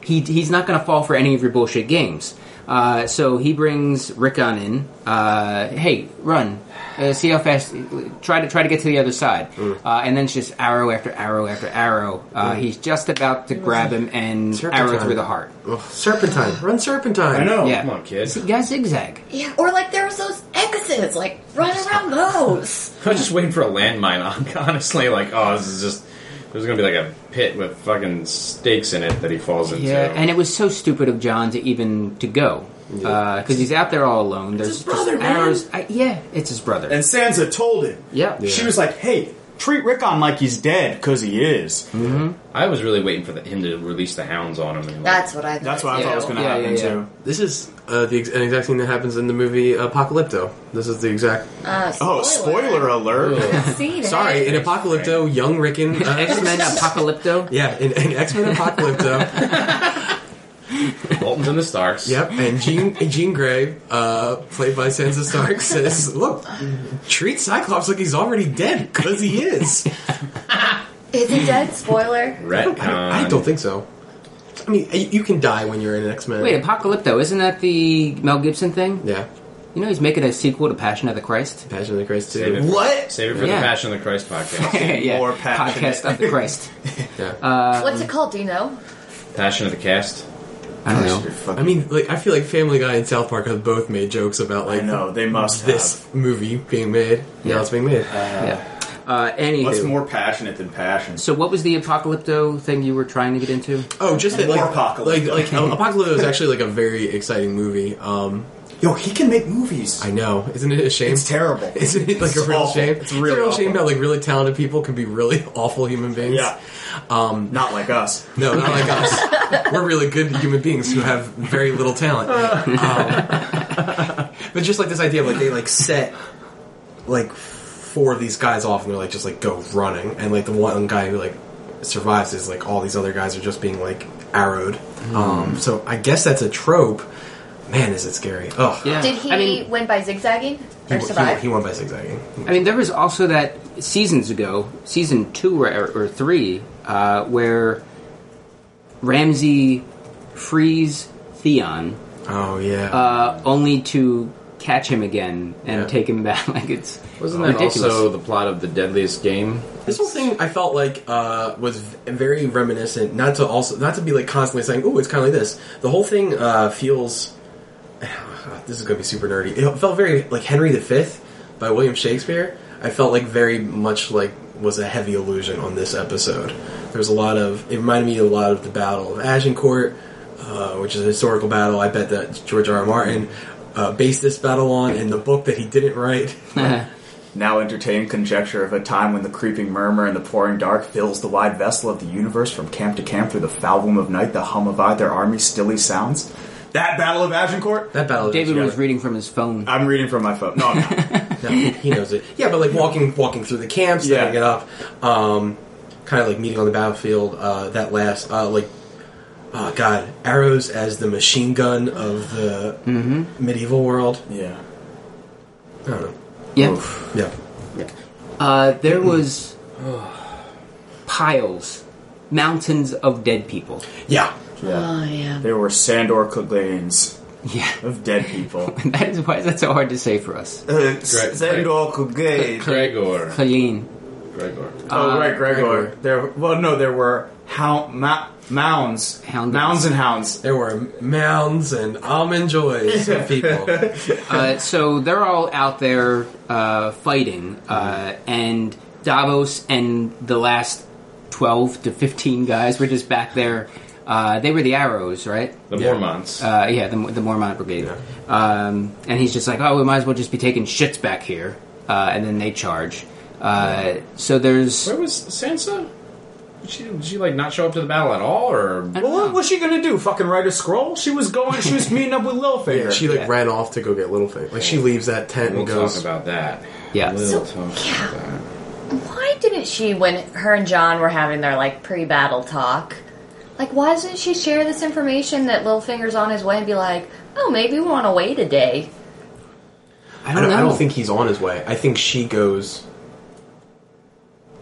Speaker 2: he, he's not going to fall for any of your bullshit games. Uh, so he brings Rickon in. Uh, hey, run. Uh, see how fast. Try to try to get to the other side, uh, and then it's just arrow after arrow after arrow. Uh, He's just about to grab him and
Speaker 5: Serpentine.
Speaker 2: arrow through the heart.
Speaker 5: Ugh, serpentine, run serpentine.
Speaker 4: I know.
Speaker 2: Yeah.
Speaker 4: Oh, Come on, kid.
Speaker 2: You gotta zigzag.
Speaker 6: yeah, or like there was those X's, like run around those.
Speaker 4: I was just waiting for a landmine, hon- honestly. Like, oh, this is just. There's going to be like a pit with fucking stakes in it that he falls into.
Speaker 2: Yeah, and it was so stupid of John to even to go because he's out there all alone. There's
Speaker 7: his brother,
Speaker 2: just
Speaker 7: man.
Speaker 2: arrows. I, yeah, it's his brother.
Speaker 3: and Sansa told him.
Speaker 2: yeah,
Speaker 3: she was like, "Hey, treat Rickon like he's dead, because he is."
Speaker 4: I was really waiting for the, him to release the hounds on him. And, like,
Speaker 6: That's what I. Thought
Speaker 3: That's what I
Speaker 6: too.
Speaker 3: thought was going to
Speaker 2: Yeah, yeah,
Speaker 3: happen
Speaker 2: yeah.
Speaker 3: too.
Speaker 5: This is uh, the ex- an exact thing that happens in the movie Apocalypto. This is the exact.
Speaker 6: Uh,
Speaker 3: Oh, spoiler alert!
Speaker 6: I've seen it.
Speaker 5: Sorry, in Apocalypto, young Rickon. Uh,
Speaker 2: X Men Apocalypto.
Speaker 5: yeah, in, in X Men Apocalypto.
Speaker 4: Bolton's and the Starks.
Speaker 5: Yep, and Jean Jean Grey, uh, played by Sansa Stark, says, "Look, treat Cyclops like he's already dead because he is."
Speaker 6: Is he dead? Spoiler.
Speaker 4: Retcon.
Speaker 5: I don't think so. I mean, y- you can die when you're in X Men.
Speaker 2: Wait, Apocalypto isn't that the Mel Gibson thing?
Speaker 5: yeah,
Speaker 2: You know he's making a sequel to Passion of the Christ.
Speaker 5: Passion of the Christ
Speaker 4: Save it
Speaker 5: too.
Speaker 4: for-
Speaker 7: What?
Speaker 4: Save it for
Speaker 2: Yeah.
Speaker 4: the Passion of the Christ podcast.
Speaker 2: yeah,
Speaker 3: More passionate.
Speaker 2: podcast of the Christ.
Speaker 5: Yeah.
Speaker 6: What's it called? Do you know?
Speaker 4: Passion of the Cast.
Speaker 2: I don't know.
Speaker 5: I mean, like, I feel like Family Guy and South Park have both made jokes about
Speaker 3: I
Speaker 5: like
Speaker 3: know they must
Speaker 5: this
Speaker 3: have.
Speaker 5: movie being made. Yeah,
Speaker 2: Yeah.
Speaker 5: it's being made.
Speaker 2: Yeah. Uh, anywho.
Speaker 3: What's more passionate than passion?
Speaker 2: so what was the Apocalypto thing you were trying to get into?
Speaker 5: Oh, just that,
Speaker 3: More
Speaker 5: like,
Speaker 3: Apocalypto.
Speaker 5: like, like um, Apocalypto is actually like a very exciting movie. Um,
Speaker 3: Yo, he can make movies.
Speaker 5: I know, isn't it a shame?
Speaker 3: it's terrible.
Speaker 5: Isn't it like
Speaker 3: It's
Speaker 5: a real
Speaker 3: awful.
Speaker 5: shame?
Speaker 3: It's really
Speaker 5: a real shame
Speaker 3: awful.
Speaker 5: how like really talented people can be really awful human beings.
Speaker 3: Yeah. Um, Not like us.
Speaker 5: No, not like us. We're really good human beings who have very little talent. Um, but just like this idea of like they like set like four of these guys off and they're like just like go running and like the one guy who like survives is like all these other guys are just being like arrowed.
Speaker 3: Hmm.
Speaker 5: Um, so I guess that's a trope. Man, is it scary? Oh,
Speaker 2: Yeah.
Speaker 6: Did he
Speaker 2: I mean,
Speaker 6: win by zigzagging
Speaker 5: He,
Speaker 6: or
Speaker 5: he,
Speaker 6: survive?
Speaker 5: he won by zigzagging.
Speaker 2: I mean, there was also that seasons ago, season two or, or three, uh, where Ramsey frees Theon
Speaker 5: Oh yeah.
Speaker 2: uh, only to catch him again and
Speaker 5: Yeah.
Speaker 2: take him back. Like it's
Speaker 4: Wasn't that
Speaker 2: ridiculous.
Speaker 4: also the plot of the Deadliest Game?
Speaker 5: This whole thing I felt like uh, was v- very reminiscent. Not to also not to be like constantly saying, "Oh, it's kind of like this." The whole thing uh, feels. this is going to be super nerdy. It felt very like Henry V by William Shakespeare. I felt like very much like was a heavy illusion on this episode. There was a lot of. It reminded me a lot of the Battle of Agincourt, uh, which is a historical battle. I bet that George R. R. Martin uh, based this battle on in the book that he didn't write.
Speaker 3: Now entertain conjecture of a time when the creeping murmur and the pouring dark fills the wide vessel of the universe from camp to camp through the foul womb of night, the hum of either army stilly sounds. That Battle of Agincourt?
Speaker 5: That battle.
Speaker 2: David was reading from his phone.
Speaker 3: I'm reading from my phone. No, I'm not.
Speaker 5: No, he knows it. Yeah, but like walking, walking through the camps,
Speaker 3: Yeah.
Speaker 5: setting it up. Um, kind of like meeting on the battlefield. Uh, that last, uh, like, oh god, arrows as the machine gun of the medieval world.
Speaker 3: Yeah.
Speaker 5: I don't know.
Speaker 2: Yeah.
Speaker 5: Yeah.
Speaker 2: Uh, there was piles, mountains of dead people.
Speaker 5: Yeah.
Speaker 3: Yeah.
Speaker 6: Oh yeah.
Speaker 3: There were Sandor Cleglanes
Speaker 2: Yeah.
Speaker 3: of dead people. Uh,
Speaker 2: that is why is that so hard to say for us?
Speaker 7: Uh,
Speaker 4: Correct.
Speaker 7: Zendor Kugay.
Speaker 4: Gregor.
Speaker 2: Colleen.
Speaker 4: Gregor.
Speaker 3: oh,
Speaker 2: Uh,
Speaker 3: right, Gregor. There. Well, no, there were hound, ma- mounds,
Speaker 2: Hound-
Speaker 3: mounds and hounds.
Speaker 5: There were mounds and almond joys of people.
Speaker 2: Uh, so they're all out there uh, fighting, uh, and Davos and the last twelve to fifteen guys were just back there. Uh, they were the arrows, right?
Speaker 4: The Mormonts.
Speaker 2: Uh, yeah, the, the Mormont Brigade. Um, and he's just like, oh, we might as well just be taking shits back here. Uh, and then they charge. Uh, so there's.
Speaker 4: Where was Sansa? Did she, did she like not show up to the battle at all, or
Speaker 2: I don't
Speaker 3: Well, what
Speaker 2: know.
Speaker 3: was she gonna do? Fucking write a scroll? She was going. She was meeting up with Littlefinger.
Speaker 5: She like
Speaker 2: Yeah.
Speaker 5: ran off to go get Littlefinger. Like she leaves that tent
Speaker 4: we'll
Speaker 5: and goes.
Speaker 4: talk about that?
Speaker 2: Yeah.
Speaker 4: we'll
Speaker 6: So-
Speaker 4: talk about that.
Speaker 6: Why didn't she, when her and John were having their like pre-battle talk, like why doesn't she share this information that Littlefinger's on his way and be like, oh, maybe we want to wait a day?
Speaker 2: I
Speaker 5: I
Speaker 2: don't
Speaker 5: don't,
Speaker 2: know.
Speaker 5: I don't think he's on his way. I think she goes.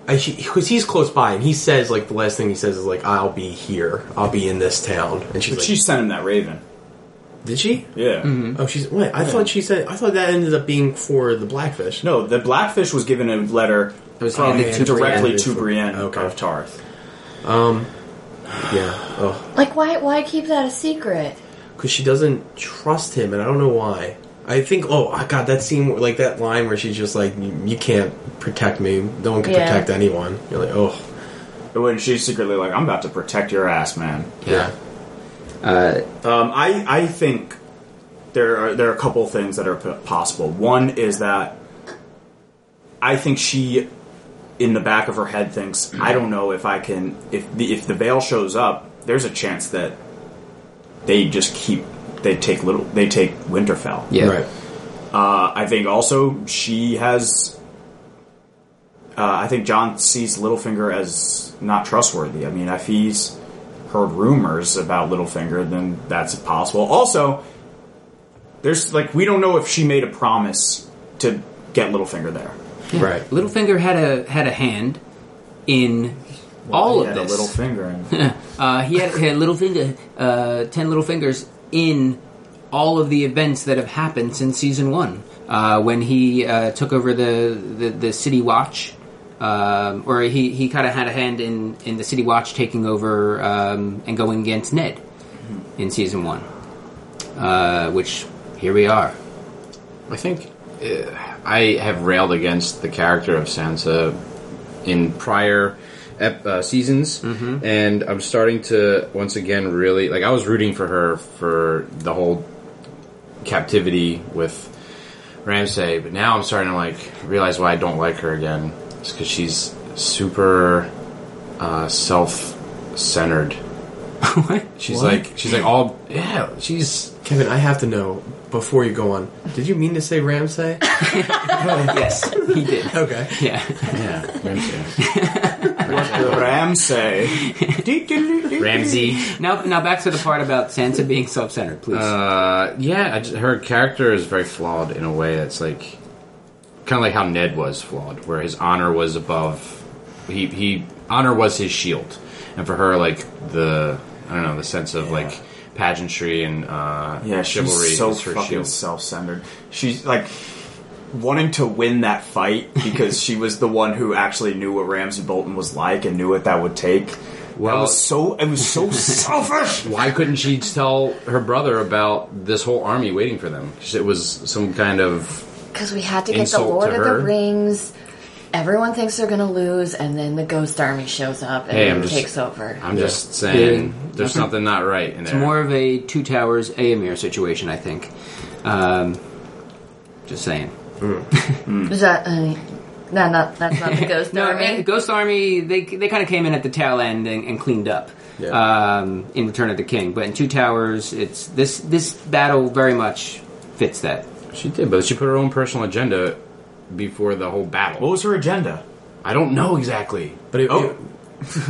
Speaker 5: Because he's close by, and he says like the last thing he says is like, "I'll be here. I'll be in this town." And she's
Speaker 3: But
Speaker 5: like,
Speaker 3: she sent him that raven. Mm-hmm.
Speaker 5: "Did she?
Speaker 3: Yeah.
Speaker 5: Oh, she's wait. I thought she said. I thought that ended up being for the blackfish.
Speaker 3: No, the blackfish was given a letter
Speaker 5: it was
Speaker 3: from
Speaker 5: handed to
Speaker 3: directly
Speaker 5: Brienne.
Speaker 3: to Brienne
Speaker 5: Okay.
Speaker 3: of Tarth.
Speaker 5: Yeah. Oh,
Speaker 6: Like why? Why keep that a secret?
Speaker 5: because she doesn't trust him, and I don't know why. I think. Oh, ah, God, that scene, where- like that line where she's just like, "You you can't protect me. No one can
Speaker 6: Yeah.
Speaker 5: protect anyone." You're like, "Oh,
Speaker 3: When she's secretly like, I'm about to protect your ass, man.
Speaker 5: yeah."
Speaker 3: Um, I, I think there are, there are a couple things that are p- possible. One is that I think she, in the back of her head, thinks, I don't know if I can, if the, if the veil shows up, there's a chance that they just keep, they take little, they take Winterfell.
Speaker 2: Yeah.
Speaker 5: Right.
Speaker 3: Uh, I think also she has. Uh, I think John sees Littlefinger as not trustworthy. I mean, if he's heard rumors about Littlefinger, then that's possible. Also, there's like we don't know if she made a promise to get Littlefinger there.
Speaker 5: Right.
Speaker 2: Littlefinger had a had a hand in all
Speaker 3: He
Speaker 2: of
Speaker 3: had
Speaker 2: this.
Speaker 3: a Littlefinger, and
Speaker 2: Uh, he had, had little finger, uh, ten little fingers in all of the events that have happened since season one. Uh, when he uh, took over the, the, the city watch, um, or he, he kind of had a hand in, in the city watch taking over um, and going against Ned in season one. Uh, which here we are.
Speaker 4: I think uh, I have railed against the character of Sansa in prior ep- uh, seasons, and I'm starting to once again really like I was rooting for her for the whole captivity with Ramsay, but now I'm starting to like realize why I don't like her again. It's because she's super uh, self-centered. She's like she's like all yeah. She's
Speaker 5: Kevin, I have to know before you go on. Did you mean to say Ramsay?
Speaker 2: yes, he did.
Speaker 5: okay.
Speaker 2: Yeah,
Speaker 4: yeah. Ramsay.
Speaker 3: Ramsay.
Speaker 4: Ramsey.
Speaker 2: now now back to the part about Sansa being self-centered, please.
Speaker 4: Uh, yeah, I just, her character is very flawed in a way that's like kind of like how Ned was flawed, where his honor was above. He he honor was his shield, and for her, like the I don't know the sense of like pageantry and uh,
Speaker 3: Yeah,
Speaker 4: chivalry
Speaker 3: she's so
Speaker 4: is her
Speaker 3: fucking
Speaker 4: shield.
Speaker 3: self-centered. She's like wanting to win that fight because she was the one who actually knew what Ramsey Bolton was like and knew what that would take. that
Speaker 4: Well-
Speaker 3: was so it was so selfish.
Speaker 4: Why couldn't she tell her brother about this whole army waiting for them? 'Cause it was some kind of
Speaker 6: Because we had to get
Speaker 4: Insult
Speaker 6: the Lord
Speaker 4: to
Speaker 6: of the
Speaker 4: her.
Speaker 6: Rings. Everyone thinks they're gonna lose, and then the Ghost Army shows up and
Speaker 4: Hey, I'm just-
Speaker 6: takes over.
Speaker 4: I'm just saying there's
Speaker 2: Nothing-
Speaker 4: something not right in there.
Speaker 2: More of a Two Towers Aemir situation, I think. Um, just saying.
Speaker 6: Is that? Uh, no, no, that's not the Ghost
Speaker 2: No,
Speaker 6: Army.
Speaker 2: uh, Ghost Army, they, they kind of came in at the tail end and, and cleaned up
Speaker 5: Yeah.
Speaker 2: um, in Return of the King. But in Two Towers, it's this this battle very much fits that.
Speaker 4: She did, but she put her own personal agenda before the whole battle.
Speaker 3: What was her agenda?
Speaker 4: I don't know exactly.
Speaker 5: But it,
Speaker 3: Oh.
Speaker 5: it-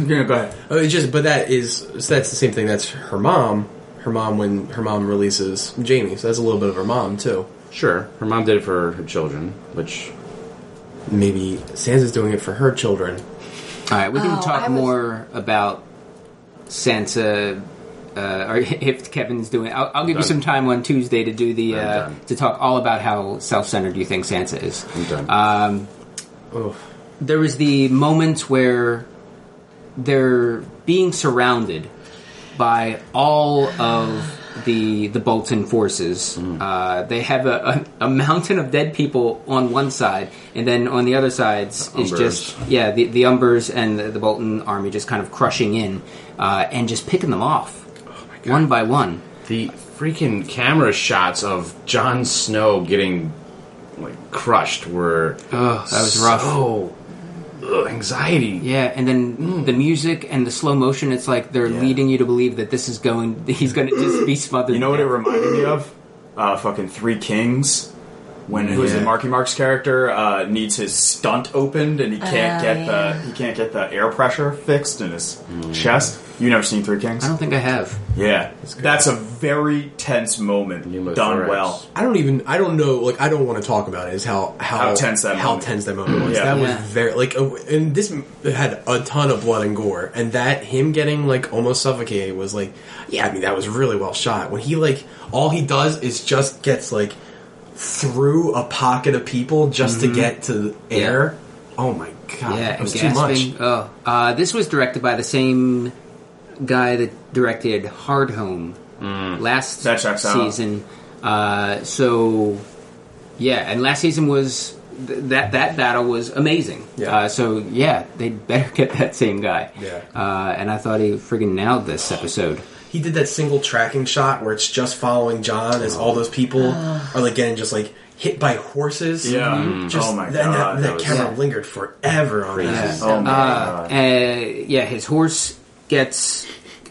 Speaker 3: Yeah, go ahead.
Speaker 5: Oh, it's just but that is so that's the same thing. That's her mom. Her mom when her mom releases Jamie. So that's a little bit of her mom too.
Speaker 4: Sure, her mom did it for her children, which
Speaker 5: Maybe Sansa's doing it for her children.
Speaker 2: All right, we can
Speaker 6: Oh,
Speaker 2: talk
Speaker 6: I was-
Speaker 2: more about Sansa, uh, or if Kevin's doing. I'll, I'll give you
Speaker 4: done.
Speaker 2: some time on Tuesday to do the
Speaker 4: I'm
Speaker 2: uh,
Speaker 4: done.
Speaker 2: to talk all about how self-centered you think Sansa is.
Speaker 4: I'm done.
Speaker 5: Oh,
Speaker 2: There was the moment where they're being surrounded by all of the the Bolton forces.
Speaker 3: Mm.
Speaker 2: Uh, they have a, a, a mountain of dead people on one side, and then on the other side is
Speaker 4: Umbers.
Speaker 2: just yeah the the Umbers and the, the Bolton army just kind of crushing in uh, and just picking them off
Speaker 3: Oh
Speaker 2: one by one.
Speaker 4: the freaking camera shots of Jon Snow getting like crushed were
Speaker 2: Ugh, that was rough.
Speaker 4: So, ugh, anxiety.
Speaker 2: Yeah, and then
Speaker 3: Mm.
Speaker 2: the music and the slow motion. It's like they're leading you to believe that this is going. He's going to just be smothered.
Speaker 3: You know what it reminded me of? Uh, fucking Three Kings. When who's the
Speaker 5: Yeah.
Speaker 3: Marky Mark's character uh, needs his stunt opened and he can't
Speaker 6: Oh,
Speaker 3: get
Speaker 6: yeah.
Speaker 3: the he can't get the air pressure fixed in his
Speaker 4: Hmm.
Speaker 3: chest. You never seen Three Kings?
Speaker 2: I don't think I have.
Speaker 3: Yeah, that's a very tense moment
Speaker 4: Pneumothorax.
Speaker 3: done well.
Speaker 5: I don't even. I don't know. Like I don't want to talk about it. Is how how,
Speaker 3: How tense that
Speaker 5: how
Speaker 3: moment.
Speaker 5: tense that moment was.
Speaker 3: Yeah.
Speaker 5: That was
Speaker 2: Yeah.
Speaker 5: very like. uh, And this m- had a ton of blood and gore. And that him getting like almost suffocated was like. Yeah, I mean that was really well shot. When he like all he does is just gets like through a pocket of people just
Speaker 3: Mm-hmm.
Speaker 5: to get to the air. Oh my
Speaker 2: Yeah,
Speaker 5: god, that was
Speaker 2: and
Speaker 5: too much.
Speaker 2: gasping. Oh, uh, this was directed by the same guy that directed Hard Home last
Speaker 3: That checks out.
Speaker 2: season. Uh, so, yeah, and last season was th- that that battle was amazing.
Speaker 5: Yeah.
Speaker 2: Uh, so yeah, they better get that same guy.
Speaker 5: Yeah.
Speaker 2: Uh, and I thought he friggin' nailed this episode.
Speaker 5: he did that single tracking shot where it's just following John
Speaker 3: Oh.
Speaker 5: as all those people are like getting just like hit by horses.
Speaker 3: Yeah. Mhm.
Speaker 5: Just,
Speaker 3: Oh my
Speaker 5: then
Speaker 3: God,
Speaker 5: That,
Speaker 3: that
Speaker 5: that,
Speaker 3: was-
Speaker 5: camera
Speaker 2: Yeah.
Speaker 5: lingered forever on that.
Speaker 3: Oh my
Speaker 2: uh,
Speaker 3: god!
Speaker 2: uh, yeah, his horse gets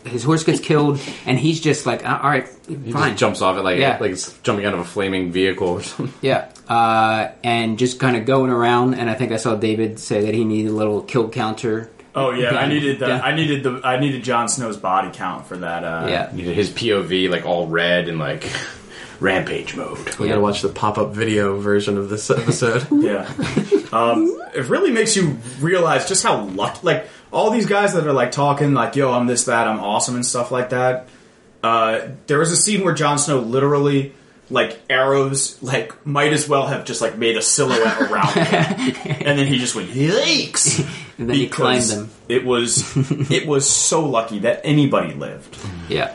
Speaker 2: his horse gets killed, and he's just like, "Uh, all right,
Speaker 4: He
Speaker 2: fine,
Speaker 4: just jumps off it like
Speaker 2: Yeah.
Speaker 4: like it's jumping out of a flaming vehicle or something.
Speaker 2: Yeah, uh, and just kind of going around, and I think I saw David say that he needed a little kill counter.
Speaker 3: oh yeah, I needed the
Speaker 2: Yeah.
Speaker 3: I needed the I needed Jon Snow's body count for that. Uh,
Speaker 2: Yeah,
Speaker 4: His POV like all red and like rampage mode.
Speaker 5: We gotta watch the pop up video version of this episode.
Speaker 3: Yeah. Um, it really makes you realize just how lucky, like, all these guys that are, like, talking, like, yo, I'm this, that, I'm awesome, and stuff like that. Uh, there was a scene where Jon Snow literally, like, arrows, like, might as well have just, like, made a silhouette around him. and then he just went, yikes!
Speaker 2: And then he climbed
Speaker 3: Because
Speaker 2: them.
Speaker 3: It was, it was so lucky that anybody lived.
Speaker 2: yeah.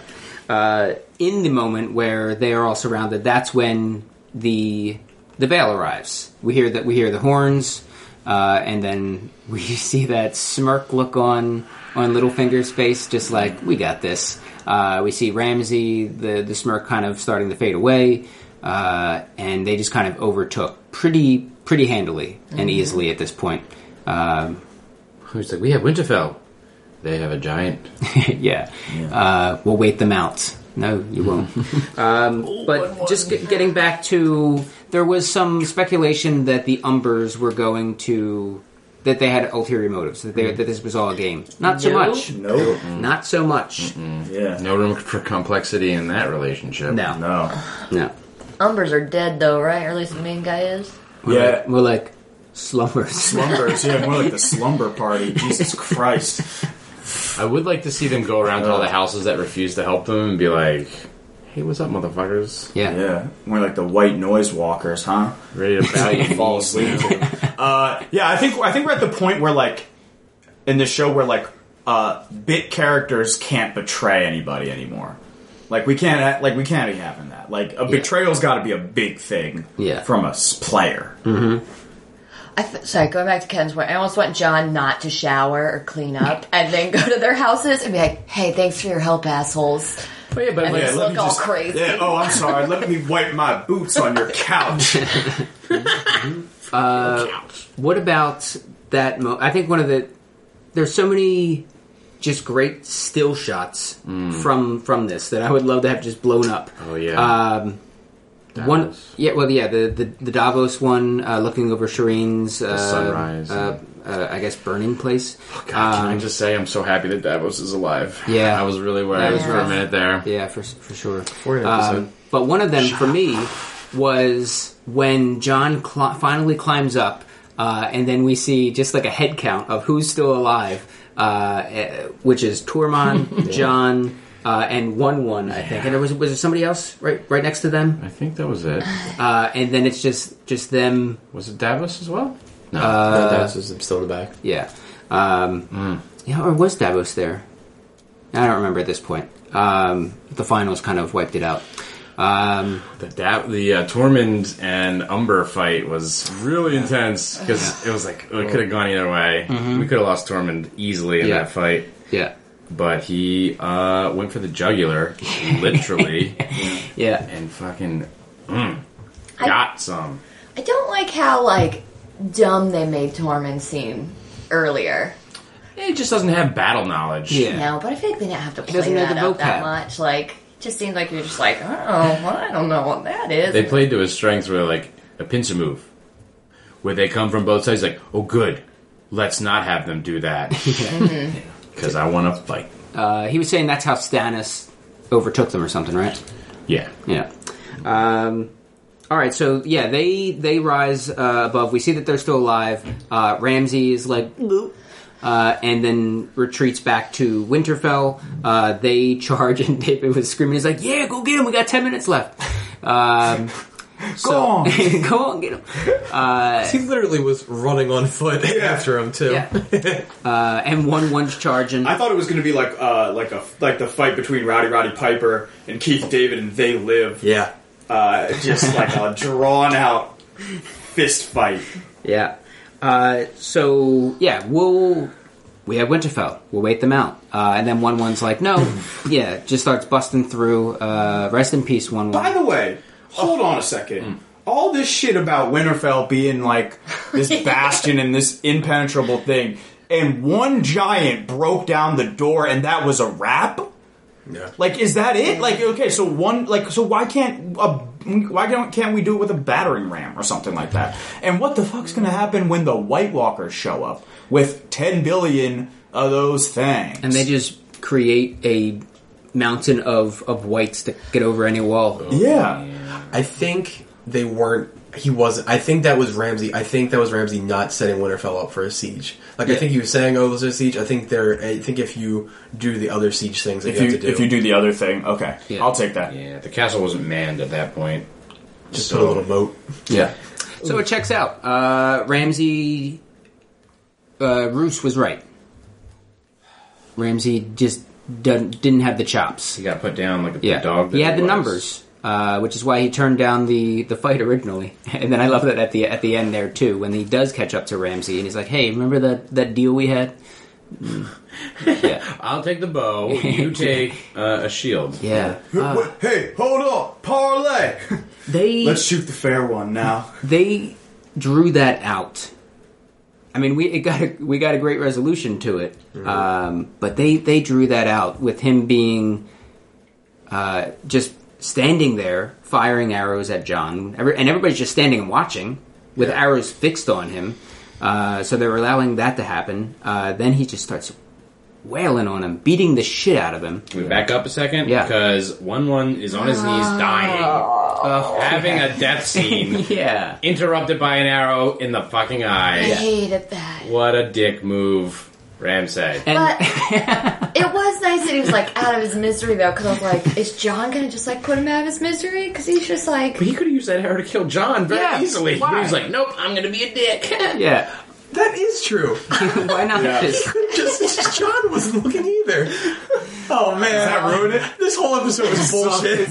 Speaker 2: Uh, in the moment where they are all surrounded, that's when the the veil arrives. We hear that we hear the horns, uh, and then we see that smirk look on on Littlefinger's face, just like we got this. Uh, we see Ramsey, the the smirk kind of starting to fade away, uh, and they just kind of overtook pretty pretty handily and easily at this point. Um,
Speaker 4: He's like, we have Winterfell. They have a giant.
Speaker 2: yeah. Uh, we'll wait them out. No, you won't. um, but just g- getting back to, there was some speculation that the Umbers were going to, that they had ulterior motives, that, they, that this was all a game. Not so
Speaker 6: No.
Speaker 2: much.
Speaker 3: No.
Speaker 2: Not so much.
Speaker 3: Yeah.
Speaker 4: No room for complexity in that relationship.
Speaker 2: No.
Speaker 3: No.
Speaker 2: No.
Speaker 6: Umbers are dead though, right? Or at least the main guy is.
Speaker 3: Yeah.
Speaker 2: We're like slumbers.
Speaker 3: Slumbers, yeah, more like the slumber party. Jesus Christ.
Speaker 4: I would like to see them go around to all the houses that refuse to help them and be like, "Hey, what's up, motherfuckers?
Speaker 2: Yeah.
Speaker 3: Yeah, we're like the white noise walkers, huh?
Speaker 4: Ready to bow you
Speaker 3: Fall
Speaker 4: knees
Speaker 3: asleep. uh, yeah, I think I think we're at the point where like in this show where like uh, bit characters can't betray anybody anymore. Like we can't ha- like we can't be having that. Like a betrayal's got to be a big thing
Speaker 2: Yeah.
Speaker 3: from a s- player.
Speaker 6: I th- sorry, going back to Ken's point, I almost want John not to shower or clean up, and then go to their houses and be like, "Hey, thanks for your help, assholes."
Speaker 4: But yeah, but
Speaker 6: And
Speaker 4: like,
Speaker 6: just
Speaker 3: let
Speaker 6: look
Speaker 3: me
Speaker 6: all crazy.
Speaker 3: Yeah, oh, I'm sorry. let me wipe my boots on your couch. Mm-hmm. Uh,
Speaker 2: What about that? Mo- I think one of the there's so many just great still shots from from this that I would love to have just blown up.
Speaker 4: oh yeah, That
Speaker 2: Um, one,
Speaker 4: was
Speaker 2: yeah, well, yeah, the the, the Davos one, uh, looking over Shireen's uh,
Speaker 4: sunrise.
Speaker 2: uh, uh, I guess, burning place.
Speaker 4: God, can I just say I'm so happy that Davos is alive?
Speaker 2: um, Yeah.
Speaker 4: I was really worried
Speaker 2: was
Speaker 4: for a
Speaker 2: rough.
Speaker 4: minute there.
Speaker 2: Yeah, for for sure.
Speaker 5: an episode.
Speaker 2: Um, but one of them for me was when John cl- finally climbs up, uh, and then we see just like a head count of who's still alive, uh, eh, which is Tourmon, John, uh, and one one I think, and there was was there somebody else right right next to them,
Speaker 4: I think that was it.
Speaker 2: uh, and then it's just just them.
Speaker 4: Was it Davos as well? No.
Speaker 2: uh,
Speaker 5: no, Davos is still in the back.
Speaker 2: Yeah. Um, Yeah, or was Davos there? I don't remember at this point. Um, the finals kind of wiped it out. Um,
Speaker 4: the da- the uh, Tormund and Umber fight was really intense because it was like it could have gone either way. We could have lost Tormund easily in
Speaker 2: Mm-hmm. Yeah.
Speaker 4: that fight,
Speaker 2: yeah.
Speaker 4: but he uh, went for the jugular, literally,
Speaker 2: Yeah.
Speaker 4: and fucking mm, got some.
Speaker 6: I don't like how like dumb they made Tormund seem earlier.
Speaker 4: He just doesn't have battle knowledge.
Speaker 2: Yeah.
Speaker 6: No, but I feel like they didn't have to play
Speaker 2: doesn't know
Speaker 6: that
Speaker 2: the
Speaker 6: up that
Speaker 2: vocab.
Speaker 6: much. Like, it just seemed like you're just like, oh, well, I don't know what that is.
Speaker 4: They played to his strengths where like a pincer move. Where they come from both sides like, oh good, let's not have them do that. Because I want to fight.
Speaker 2: Uh, he was saying that's how Stannis overtook them or something, right?
Speaker 4: Yeah.
Speaker 2: Yeah. Um, all right, so yeah, they they rise uh, above. We see that they're still alive. Uh, Ramsey is like, "Nope," uh, and then retreats back to Winterfell. Uh, they charge, and David was screaming. He's like, "Yeah, go get him! We got ten minutes left." Um, go
Speaker 3: on.
Speaker 2: go on, get him.
Speaker 5: He literally was running on foot after him too.
Speaker 2: Yeah. Uh, and one one's charging.
Speaker 3: I thought it was going to be like uh, like a like the fight between Rowdy Roddy Piper and Keith David and They Live.
Speaker 5: Yeah.
Speaker 3: Uh, just like a drawn out fist fight.
Speaker 2: Yeah. Uh, so yeah, we'll we have Winterfell. We'll wait them out, uh, and then one one's like, no, yeah, just starts busting through. Uh, rest in peace, one
Speaker 3: By
Speaker 2: one.
Speaker 3: the way, hold
Speaker 5: Oh.
Speaker 3: on a
Speaker 5: Mm.
Speaker 3: second. All this shit about Winterfell being like this bastion and this impenetrable thing, and one giant broke down the door, and that was a wrap.
Speaker 5: Yeah.
Speaker 3: Like, is that it? Like, okay, so one, like, so why can't a, why can't, can't we do it with a battering ram or something like that? And what the fuck's gonna happen when the White Walkers show up with ten billion of those things?
Speaker 2: And they just create a mountain of of whites that get over any
Speaker 3: Oh.
Speaker 2: wall.
Speaker 3: yeah,
Speaker 5: I think they weren't. He wasn't. I think that was Ramsey. I think that was Ramsey not setting Winterfell up for a siege. Like I think he was saying, "Oh, there's a siege." I think there. I think if you do the other siege things, that
Speaker 3: if
Speaker 5: you,
Speaker 3: you
Speaker 5: have to do,
Speaker 3: if you do the other thing, okay,
Speaker 2: Yeah.
Speaker 3: I'll take that.
Speaker 4: Yeah. The castle wasn't manned at that point.
Speaker 5: just put a little moat.
Speaker 4: Yeah.
Speaker 2: So it checks out. Uh, Ramsey uh, Roos was right. Ramsey just done, didn't have the chops.
Speaker 4: He got put down like a
Speaker 2: Yeah,
Speaker 4: dog. that
Speaker 2: He had the
Speaker 4: was.
Speaker 2: numbers, uh, which is why he turned down the, the fight originally. And then I love that at the at the end there too, when he does catch up to Ramsey and he's like, "Hey, remember that, that deal we had?" Mm. yeah,
Speaker 4: I'll take the bow. You take uh, a shield.
Speaker 2: yeah. Uh,
Speaker 3: hey, hold up, parlay.
Speaker 2: they
Speaker 3: Let's shoot the fair one now.
Speaker 2: they drew that out. I mean, we it got a, we got a great resolution to it, um, but they they drew that out with him being uh, just standing there firing arrows at John, Every, and everybody's just standing and watching with arrows fixed on him. Uh, so they're allowing that to happen. Uh, then he just starts wailing on him, beating the shit out of him.
Speaker 4: Can we back up a second?
Speaker 2: Yeah.
Speaker 4: Because one one is on his knees dying,
Speaker 2: Oh.
Speaker 4: having a death scene
Speaker 2: yeah,
Speaker 4: interrupted by an arrow in the fucking eye.
Speaker 6: I hated that.
Speaker 4: What a dick move, Ramsay.
Speaker 2: and
Speaker 6: But it was nice that he was like out of his misery though, because I was like, is John gonna just like put him out of his misery? Because he's just like,
Speaker 4: But he could have used that arrow to kill John very
Speaker 2: Yeah,
Speaker 4: easily.
Speaker 2: why?
Speaker 4: He was like, "Nope, I'm going to be a dick."
Speaker 2: yeah,
Speaker 5: That is true.
Speaker 2: why not just
Speaker 5: just John wasn't looking either. Oh man,
Speaker 3: that ruin it?
Speaker 5: This whole episode was bullshit.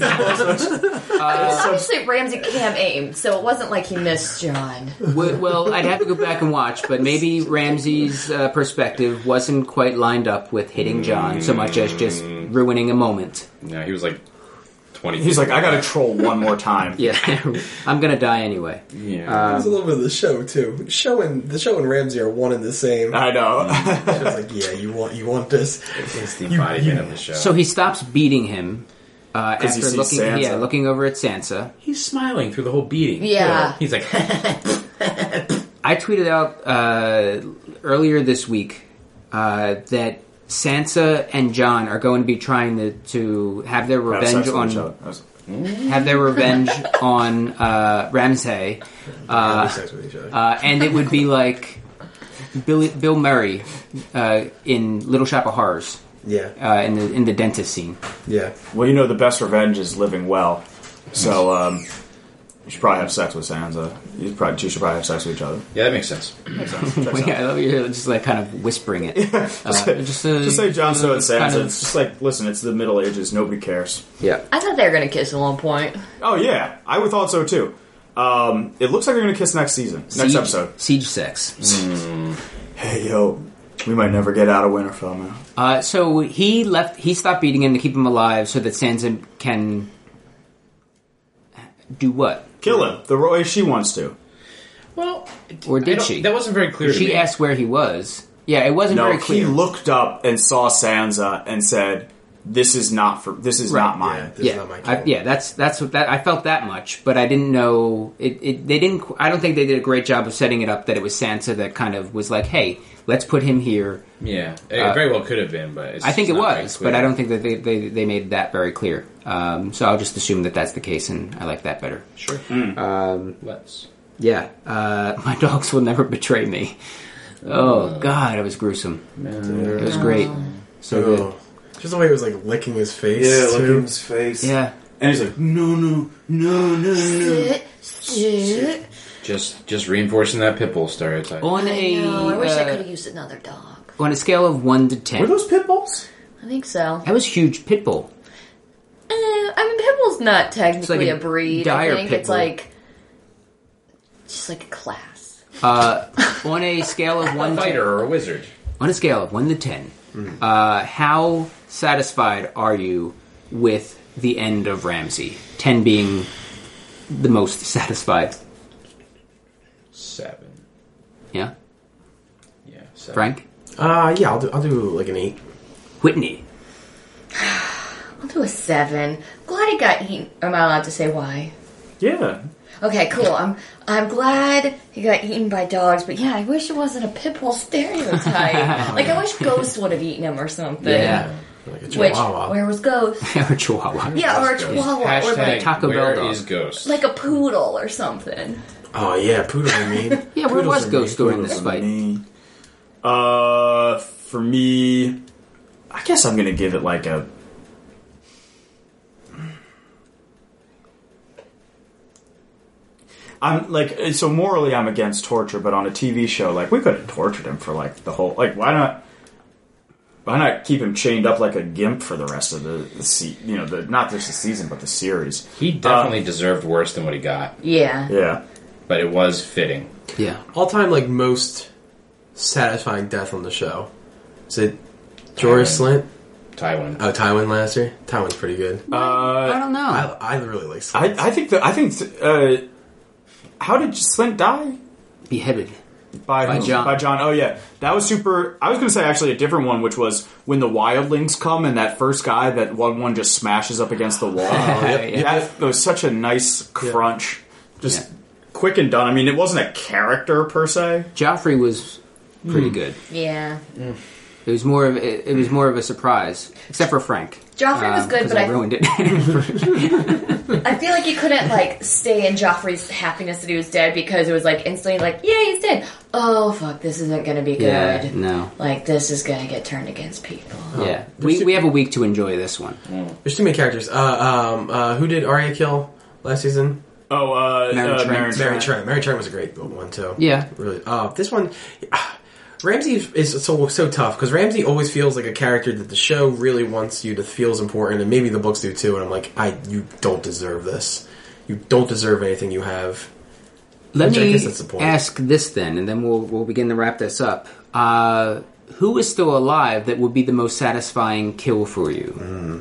Speaker 6: obviously Ramsey can't aim, so it wasn't like he missed John.
Speaker 2: well, well, I'd have to go back and watch, but maybe Ramsey's uh, perspective wasn't quite lined up with hitting John so much as just ruining a moment.
Speaker 4: No, he was like twenty.
Speaker 3: He's like, I gotta troll one more time.
Speaker 2: Yeah, I'm gonna die anyway. uh,
Speaker 4: Yeah.
Speaker 5: It's a little bit of the show too. Show and the show and Ramsey are one and the same.
Speaker 3: I know.
Speaker 5: It's like, yeah, you want you want this.
Speaker 2: Uh,
Speaker 4: He's the embodiment of the show.
Speaker 2: So he stops beating him uh, after
Speaker 3: he sees
Speaker 2: looking,
Speaker 3: Sansa.
Speaker 2: yeah, looking over at Sansa.
Speaker 4: he's smiling through the whole beating.
Speaker 6: Yeah.
Speaker 4: He's like,
Speaker 2: I tweeted out uh, earlier this week uh, that Sansa and John are going to be trying to, to have their
Speaker 3: Have
Speaker 2: revenge
Speaker 3: sex with each
Speaker 2: on
Speaker 3: other. That was-
Speaker 2: have their revenge on uh, Ramsay,
Speaker 5: Having
Speaker 2: uh,
Speaker 5: sex with each other.
Speaker 2: uh, and it would be like Bill, Bill Murray uh, in Little Shop of Horrors
Speaker 5: yeah.
Speaker 2: uh, in the in the dentist scene.
Speaker 5: yeah.
Speaker 3: Well, you know the best revenge is living well. So um, you should probably have sex with Sansa. You probably you should probably have sex with each other.
Speaker 4: Yeah, that makes sense.
Speaker 3: Checks out.
Speaker 2: yeah, I love you just like kind of whispering it. Uh, just, uh,
Speaker 3: Just say Jon Snow and
Speaker 2: it's kind
Speaker 3: Sansa.
Speaker 2: of-
Speaker 3: It's just like listen, it's the Middle Ages. Nobody cares.
Speaker 2: yeah.
Speaker 6: I thought they were gonna kiss at one point.
Speaker 3: Oh yeah, I would thought so too. Um, it looks like they're gonna kiss next season, next
Speaker 2: Siege-
Speaker 3: episode.
Speaker 2: Siege sex.
Speaker 3: Hey yo, we might never get out of Winterfell, man.
Speaker 2: Uh, so he left. He stopped beating him to keep him alive, so that Sansa can do what?
Speaker 3: Kill him the way she wants to.
Speaker 4: Well,
Speaker 2: Or did
Speaker 4: I don't-
Speaker 2: she?
Speaker 4: That wasn't very clear. to
Speaker 2: She
Speaker 4: me.
Speaker 2: asked where he was. Yeah, it wasn't
Speaker 3: No,
Speaker 2: very clear.
Speaker 3: he looked up and saw Sansa and said, "This is not for. This is
Speaker 2: Right.
Speaker 3: not mine."
Speaker 5: Yeah, this
Speaker 2: yeah,
Speaker 5: is not my
Speaker 2: I,
Speaker 5: call.
Speaker 2: yeah, that's that's what that I felt that much, but I didn't know it. it they didn't. qu- I don't think they did a great job of setting it up that it was Sansa that kind of was like, "Hey, let's put him here."
Speaker 4: Yeah, it very well could have been, but it's
Speaker 2: uh, I think it
Speaker 4: just not very
Speaker 2: was,
Speaker 4: clear.
Speaker 2: but I don't think that they, they, they made that very clear. Um, so I'll just assume that that's the case, and I like that better.
Speaker 4: Sure.
Speaker 2: Um,
Speaker 4: Let's.
Speaker 2: Yeah, uh, my dogs will never betray me. Oh God, it was gruesome. It was great. So good.
Speaker 5: Oh. Just the way he was like licking his face.
Speaker 8: Yeah, look
Speaker 5: too.
Speaker 8: at his face.
Speaker 2: Yeah.
Speaker 3: And he's like, "No, no, no, no, no."
Speaker 6: Sit, sit.
Speaker 4: Just just reinforcing that pit bull stereotype.
Speaker 2: On a
Speaker 6: No, I wish I
Speaker 2: uh,
Speaker 6: could have used another dog.
Speaker 2: on a scale of one to
Speaker 3: Were
Speaker 2: ten,
Speaker 3: those pit bulls?
Speaker 6: I think so.
Speaker 2: that was huge. Pitbull.
Speaker 6: Eh, I mean, pit bull's not technically
Speaker 2: a
Speaker 6: a, breed.
Speaker 2: dire
Speaker 6: I think
Speaker 2: pit
Speaker 6: it's
Speaker 2: bull.
Speaker 6: like just like a class.
Speaker 2: On a scale of one to,
Speaker 4: fighter or a wizard.
Speaker 2: on a scale of one to ten, uh, how satisfied are you with the end of Ramsey? Ten being the most satisfied.
Speaker 4: Seven.
Speaker 2: Yeah,
Speaker 4: Yeah. Seven.
Speaker 2: Frank,
Speaker 5: Uh, yeah, I'll do, I'll do like an eight.
Speaker 2: Whitney.
Speaker 6: I'll do a seven. Glad he got eaten. Am I allowed to say why?
Speaker 3: Yeah,
Speaker 6: Okay, cool. I'm I'm glad he got eaten by dogs, but yeah, I wish it wasn't a pit bull stereotype. like I wish Ghost would have eaten him or something.
Speaker 2: Yeah,
Speaker 5: Like a
Speaker 6: Which
Speaker 5: chihuahua.
Speaker 6: where was Ghost?
Speaker 2: or Chihuahua.
Speaker 6: Yeah, or a chihuahua, or
Speaker 4: Hashtag
Speaker 2: Taco
Speaker 6: like,
Speaker 4: Taco
Speaker 2: Bell
Speaker 4: Bell
Speaker 2: dog.
Speaker 4: Ghost?
Speaker 6: like a poodle or something.
Speaker 5: oh yeah, poodle. I mean,
Speaker 2: Yeah, where
Speaker 5: Poodles
Speaker 2: was
Speaker 5: are
Speaker 2: Ghost
Speaker 5: mean.
Speaker 2: during this fight?
Speaker 3: me. Uh, for me, I guess I'm gonna give it like a. I'm like uh, so morally I'm against torture, but on a TV show, like we could have tortured him for like the whole like why not why not keep him chained up like a gimp for the rest of the, the se- you know the not just the season but the series.
Speaker 4: He definitely deserved worse than what he got,
Speaker 6: Yeah.
Speaker 3: Yeah,
Speaker 4: but it was fitting.
Speaker 2: Yeah.
Speaker 5: all time like most satisfying death on the show. Is it Jorah Slint?
Speaker 4: Tywin.
Speaker 5: Oh, Tywin Lannister. Tywin's pretty good.
Speaker 2: Uh,
Speaker 6: Uh,
Speaker 2: I don't know.
Speaker 5: I, I really like Slint.
Speaker 3: I I think that I think uh, how did Slint die?
Speaker 2: Beheaded.
Speaker 3: by,
Speaker 2: By
Speaker 3: who?
Speaker 2: John.
Speaker 3: By John. Oh yeah, that was super. I was going to say actually a different one, which was when the wildlings come and that first guy that one one just smashes up against the wall.
Speaker 2: yep.
Speaker 3: yeah, that was such a nice crunch, just quick and done. I mean, it wasn't a character per se.
Speaker 2: Joffrey was pretty
Speaker 6: Hmm.
Speaker 2: good.
Speaker 6: Yeah.
Speaker 2: It was more of it, it was more of a surprise, except for Frank.
Speaker 6: Joffrey was
Speaker 2: Um,
Speaker 6: good,
Speaker 2: 'cause
Speaker 6: but
Speaker 2: I
Speaker 6: I-
Speaker 2: ruined it.
Speaker 6: I feel like he couldn't like stay in Joffrey's happiness that he was dead because it was like instantly like, yeah, he's dead. Oh fuck, this isn't gonna be good.
Speaker 2: yeah, no,
Speaker 6: Like this is gonna get turned against people.
Speaker 2: yeah. We, we have a week to enjoy this one.
Speaker 5: There's too many characters. Uh, um, uh, who did Arya kill last season?
Speaker 3: Oh, uh,
Speaker 2: Mary
Speaker 3: uh,
Speaker 2: Trent.
Speaker 3: Mary
Speaker 5: Mary
Speaker 3: Trent.
Speaker 5: Trent. Mary Trent was a great one too.
Speaker 2: Yeah.
Speaker 5: really. Uh, this one, Ramsey is so so tough because Ramsey always feels like a character that the show really wants you to feel is important, and maybe the books do too. And I'm like, I you don't deserve this. You don't deserve anything you have.
Speaker 2: Let
Speaker 5: Which I
Speaker 2: me
Speaker 5: guess that's the point.
Speaker 2: ask this then, and then we'll we'll begin to wrap this up. Uh, who is still alive that would be the most satisfying kill for you?
Speaker 5: Hmm.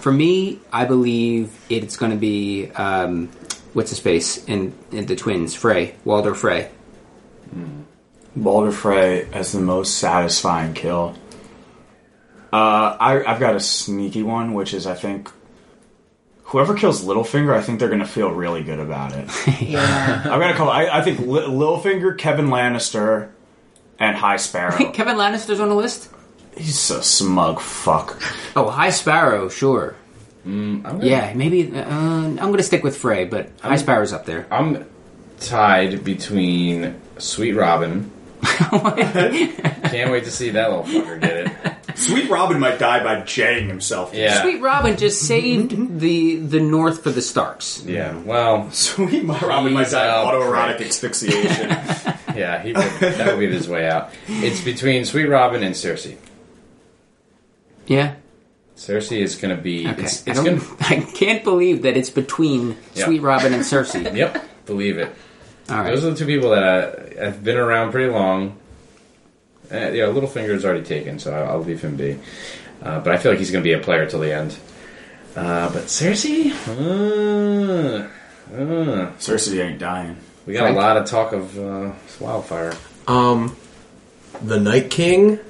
Speaker 2: For me, I believe it's going to be um, what's his face in, in the twins Frey Walder Frey.
Speaker 3: Balder Frey as the most satisfying kill. Uh, I, I've got a sneaky one, which is I think whoever kills Littlefinger, I think they're going to feel really good about it.
Speaker 6: Yeah.
Speaker 3: I'm gonna call. I, I think Li- Littlefinger, Kevin Lannister, and High Sparrow.
Speaker 2: Kevin Lannister's on the list.
Speaker 3: He's a smug fuck.
Speaker 2: Oh, High Sparrow, sure.
Speaker 5: Mm,
Speaker 4: I'm gonna-
Speaker 2: Yeah, maybe uh, I'm going to stick with Frey, but High Sparrow's up there.
Speaker 4: I'm tied between Sweet Robin. Can't wait to see that little fucker get it.
Speaker 3: Sweet Robin might die by jaying himself.
Speaker 4: Yeah.
Speaker 2: Sweet Robin just saved the the North for the Starks.
Speaker 4: Yeah. Well,
Speaker 3: Sweet Robin might
Speaker 4: He's
Speaker 3: die
Speaker 4: a
Speaker 3: of autoerotic
Speaker 4: prick.
Speaker 3: asphyxiation.
Speaker 4: yeah, he would, that would be his way out. It's between Sweet Robin and Cersei.
Speaker 2: Yeah. Cersei
Speaker 4: Cersei is going to be.
Speaker 2: Okay.
Speaker 4: It's,
Speaker 2: I,
Speaker 4: it's
Speaker 2: don't,
Speaker 4: going.
Speaker 2: I can't believe that it's between
Speaker 4: Yeah.
Speaker 2: Sweet Robin and Cersei.
Speaker 4: Yep. Believe it.
Speaker 2: All right.
Speaker 4: Those are the two people that uh, have been around pretty long. Uh, yeah, Littlefinger's already taken, so I'll, I'll leave him be. Uh, but I feel like he's going to be a player till the end. Uh, but Cersei, uh, uh,
Speaker 3: Cersei ain't dying.
Speaker 4: we got
Speaker 2: Frank?
Speaker 4: a lot of talk of uh, wildfire.
Speaker 5: Um, the Night King.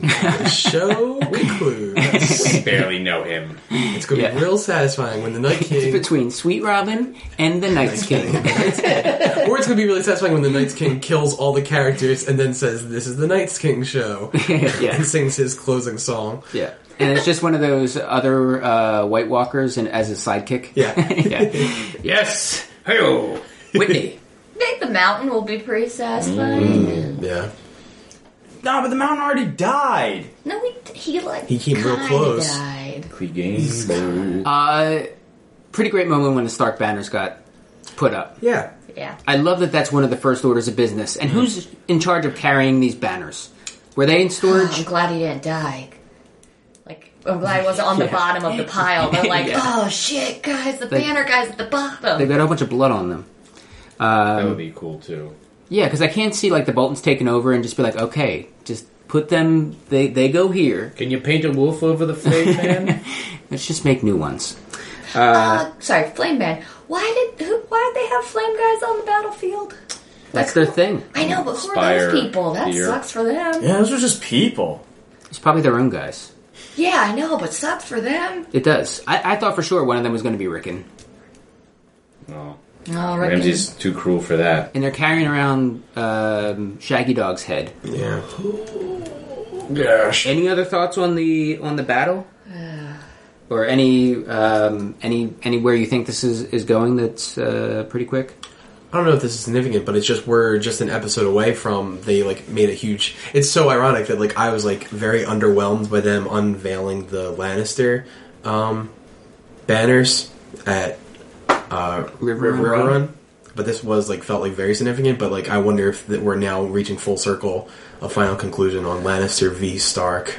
Speaker 5: the show concludes,
Speaker 4: We barely know him.
Speaker 5: it's gonna
Speaker 2: Yeah.
Speaker 5: be real satisfying when the Night
Speaker 2: It's
Speaker 5: King,
Speaker 2: between Sweet Robin and the Night's King.
Speaker 5: or it's gonna be really satisfying when the Night King kills all the characters and then says, "This is the Night King show,"
Speaker 2: yeah.
Speaker 5: and sings his closing song.
Speaker 2: Yeah. And it's just one of those other uh, White Walkers and as a sidekick.
Speaker 5: Yeah.
Speaker 2: yeah.
Speaker 4: Yes. Hey.
Speaker 2: Whitney.
Speaker 6: I think the mountain will be pretty satisfying.
Speaker 2: Mm.
Speaker 5: Yeah.
Speaker 3: Nah, but the mountain already died.
Speaker 6: No, he, he like
Speaker 5: He came real
Speaker 6: kinda
Speaker 5: close.
Speaker 6: Died.
Speaker 4: Game.
Speaker 2: Uh, pretty great moment when the Stark banners got put up.
Speaker 5: Yeah.
Speaker 6: Yeah.
Speaker 2: I love that that's one of the first orders of business. And who's in charge of carrying these banners? Were they in
Speaker 6: Oh, I'm
Speaker 2: storage?
Speaker 6: glad he didn't die. Like, I'm glad he wasn't on the bottom of the pile. But like,
Speaker 2: Yeah.
Speaker 6: oh shit, guys, the banner guy's at the
Speaker 2: They've
Speaker 6: bottom.
Speaker 2: got a whole bunch of blood on them.
Speaker 4: That would be cool too.
Speaker 2: Yeah, because I can't see like the Boltons taking over and just be like, okay, just put them. They they go here.
Speaker 4: Can you paint a wolf over the flame, man?
Speaker 2: Let's just make new ones.
Speaker 6: Uh, sorry, Flame Man. Why did who? Why did they have flame guys on the battlefield?
Speaker 2: That's their thing.
Speaker 6: I know, but who
Speaker 4: Inspire
Speaker 6: are those people? That
Speaker 4: fear.
Speaker 6: sucks for them.
Speaker 3: Yeah, those were just people.
Speaker 2: It's probably their own guys.
Speaker 6: Yeah, I know, but sucks for them.
Speaker 2: It does. I, I thought for sure one of them was going to be Rickon,
Speaker 4: No.
Speaker 6: Oh, right.
Speaker 4: Ramsey's too cruel for that.
Speaker 2: and they're carrying around um, Shaggy Dog's head.
Speaker 5: Yeah.
Speaker 4: Gosh.
Speaker 2: Any other thoughts on the on the battle, or any um, any anywhere you think this is is going? That's uh, pretty quick.
Speaker 5: I don't know if this is significant, but it's just we're just an episode away from they like made a huge. It's so ironic that like I was like very underwhelmed by them unveiling the Lannister um, banners at uh,
Speaker 2: River
Speaker 5: River
Speaker 2: Run.
Speaker 5: Run. but this was like felt like very significant. But like I wonder if that we're now reaching full circle, a final conclusion on Lannister v Stark,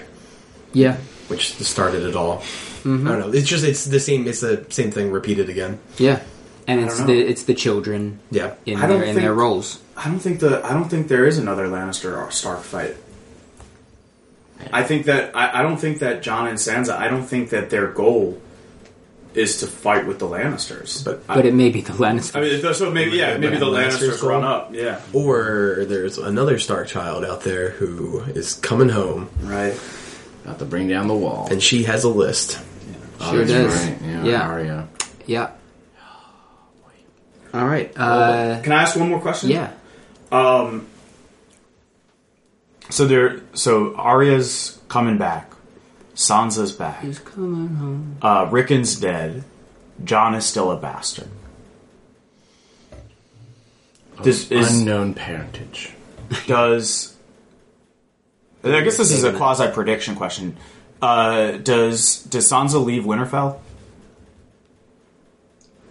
Speaker 2: Yeah,
Speaker 5: which started it all.
Speaker 2: Mm-hmm.
Speaker 5: I don't know. It's just it's the same. It's the same thing repeated again.
Speaker 2: yeah, and it's
Speaker 3: know.
Speaker 2: the it's the children
Speaker 5: Yeah.
Speaker 2: in
Speaker 3: I don't
Speaker 2: their in their
Speaker 3: think-
Speaker 2: roles.
Speaker 3: I don't think the I don't think there is another Lannister or Stark fight. I think that I, I don't think that John and Sansa. I don't think that their goal is to fight with the Lannisters.
Speaker 5: But-
Speaker 3: I,
Speaker 2: But it may be the Lannister.
Speaker 3: I mean, if- so maybe yeah, maybe the Lannisters
Speaker 5: goal?
Speaker 3: run up. Yeah,
Speaker 5: Or there's another Stark child out there who is coming home,
Speaker 3: right.
Speaker 4: About to bring down the wall. Oh,
Speaker 5: and she has a list.
Speaker 2: Sure does.
Speaker 4: Yeah.
Speaker 2: Yeah.
Speaker 4: Arya.
Speaker 2: yeah. All right. Uh,
Speaker 3: Can I ask one more question?
Speaker 2: yeah.
Speaker 3: So there. So Arya's coming back. Sansa's back.
Speaker 2: He's coming home.
Speaker 3: Uh, Rickon's dead. John is still a bastard. This is
Speaker 4: Unknown parentage.
Speaker 3: does. I guess this is a quasi prediction question. Uh, does does Sansa leave Winterfell?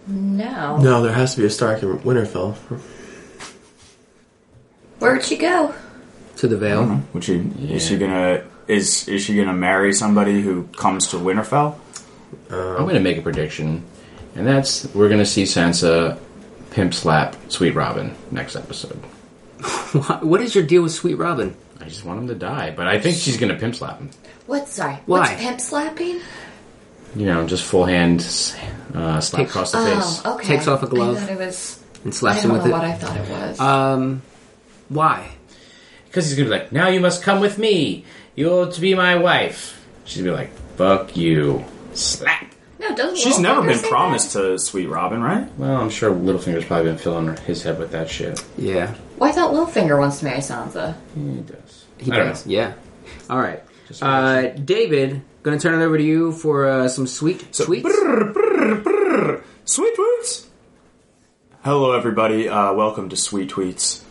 Speaker 6: No.
Speaker 5: No, there has to be a Stark in Winterfell.
Speaker 6: Where'd she go?
Speaker 2: To the Vale.
Speaker 3: Would she is she gonna is is she gonna marry somebody who comes to Winterfell?
Speaker 4: I'm going to make a prediction, and that's we're going to see Sansa pimp slap Sweet Robin next episode.
Speaker 2: Why- What is your deal with Sweet Robin?
Speaker 4: I just want him to die, but I think she's going to pimp slap him.
Speaker 6: What? Sorry.
Speaker 2: Why?
Speaker 6: What's pimp slapping?
Speaker 4: You know, just full hand uh, slap across the face.
Speaker 6: Oh, okay.
Speaker 2: Takes off a glove.
Speaker 6: I thought it was.
Speaker 2: And
Speaker 6: I
Speaker 2: slaps him
Speaker 6: don't
Speaker 2: with
Speaker 6: know
Speaker 2: it.
Speaker 6: what I thought it was.
Speaker 2: um, why?
Speaker 4: Because he's gonna be like, now you must come with me. You're to be my wife. She's gonna be like, fuck you. Slap.
Speaker 6: No, doesn't
Speaker 3: She's
Speaker 6: Littlefinger
Speaker 3: never been
Speaker 6: say that?
Speaker 3: promised to Sweet Robin, right?
Speaker 4: Well, I'm sure Littlefinger's probably been filling his head with that shit.
Speaker 2: Yeah.
Speaker 6: Well, I thought Littlefinger wants to marry Sansa.
Speaker 4: He does.
Speaker 2: He
Speaker 4: I don't
Speaker 2: does.
Speaker 4: know.
Speaker 2: Yeah. All right.
Speaker 4: Just
Speaker 2: Uh, David, going to turn it over to you for uh, some sweet tweets.
Speaker 3: Sweet tweets. Hello, everybody. Uh, welcome to Sweet Tweets.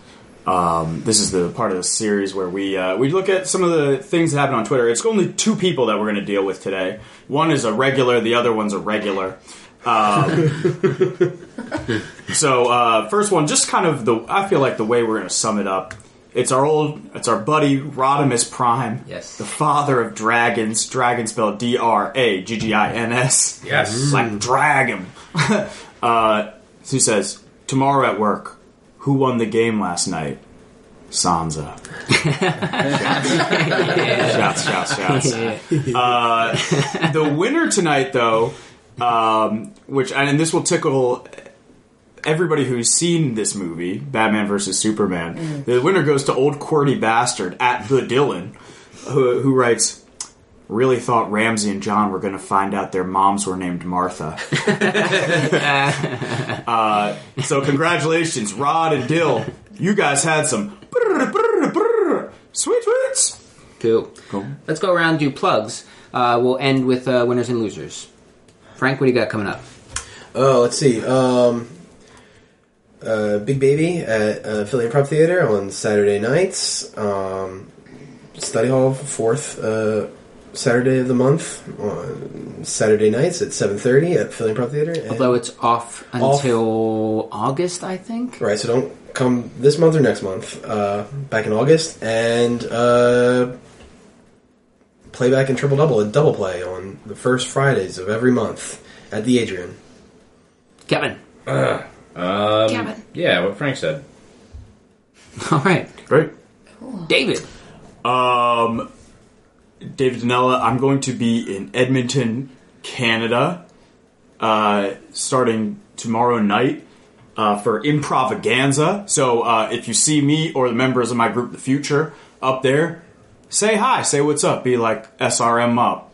Speaker 3: Um, this is the part of the series where we uh, we look at some of the things that happen on Twitter. It's only two people that we're going to deal with today. One is a regular. The other one's a regular. Um, So uh, first one, just kind of the I feel like the way we're going to sum it up. It's our old, it's our buddy Rodimus Prime,
Speaker 2: Yes.
Speaker 3: the father of dragons. Dragon spelled D R A G G I N S. Yes, like dragon. uh, so he says tomorrow at work. Who won the game last night? Sansa. shouts, shouts, shouts. Uh, the winner tonight, though, um, which and this will tickle everybody who's seen this movie, Batman versus Superman, the winner goes to old QWERTY bastard at the Dylan, who, who writes, "Really thought Ramsey and John were going to find out their moms were named Martha." Uh, so congratulations, Rod and Dill. You guys had some sweet tweets.
Speaker 2: Cool. Let's go around do plugs. Uh, we'll end with uh, winners and losers. Frank, what do you got coming up?
Speaker 5: Oh, let's see. Um, uh, Big Baby at uh, Philly Prep Theater on Saturday nights. Um, Study Hall fourth uh, Saturday of the month on Saturday nights at seven thirty at Philly Prep Theater. And-
Speaker 2: Although it's off
Speaker 5: Off.
Speaker 2: until August, I think.
Speaker 5: right, so don't come this month or next month. Uh, back in August and uh, playback and triple double and double play on the first Fridays of every month at the Adrian.
Speaker 2: Kevin.
Speaker 4: Um,
Speaker 6: Gavin.
Speaker 4: Yeah, what Frank said.
Speaker 2: All right.
Speaker 3: Great.
Speaker 2: David.
Speaker 3: Um, David Danella, I'm going to be in Edmonton, Canada, uh, starting tomorrow night uh, for Improvaganza. So uh, if you see me or the members of my group, The Future, up there, say hi, say what's up, be like SRM up,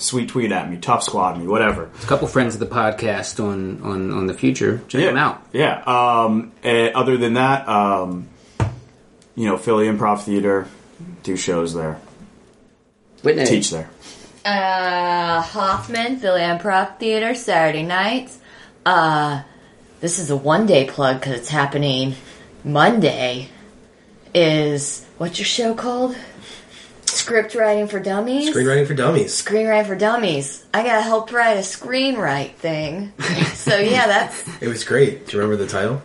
Speaker 3: sweet tweet at me, tough squad me, whatever.
Speaker 2: A couple friends of the podcast on, on, on the future. Check them out.
Speaker 3: Yeah. Um, eh, other than that, um, you know, Philly Improv Theater, do shows there,
Speaker 2: Whitney.
Speaker 3: teach there.
Speaker 6: Uh, Hoffman, Philly Improv Theater, Saturday nights. Uh, this is a one day plug because it's happening Monday. Is what's your show called? Script writing for dummies.
Speaker 5: Screenwriting for Dummies.
Speaker 6: Screenwrite for dummies. I gotta help write a screenwrite thing. so yeah, that's
Speaker 5: It was great. Do you remember the title?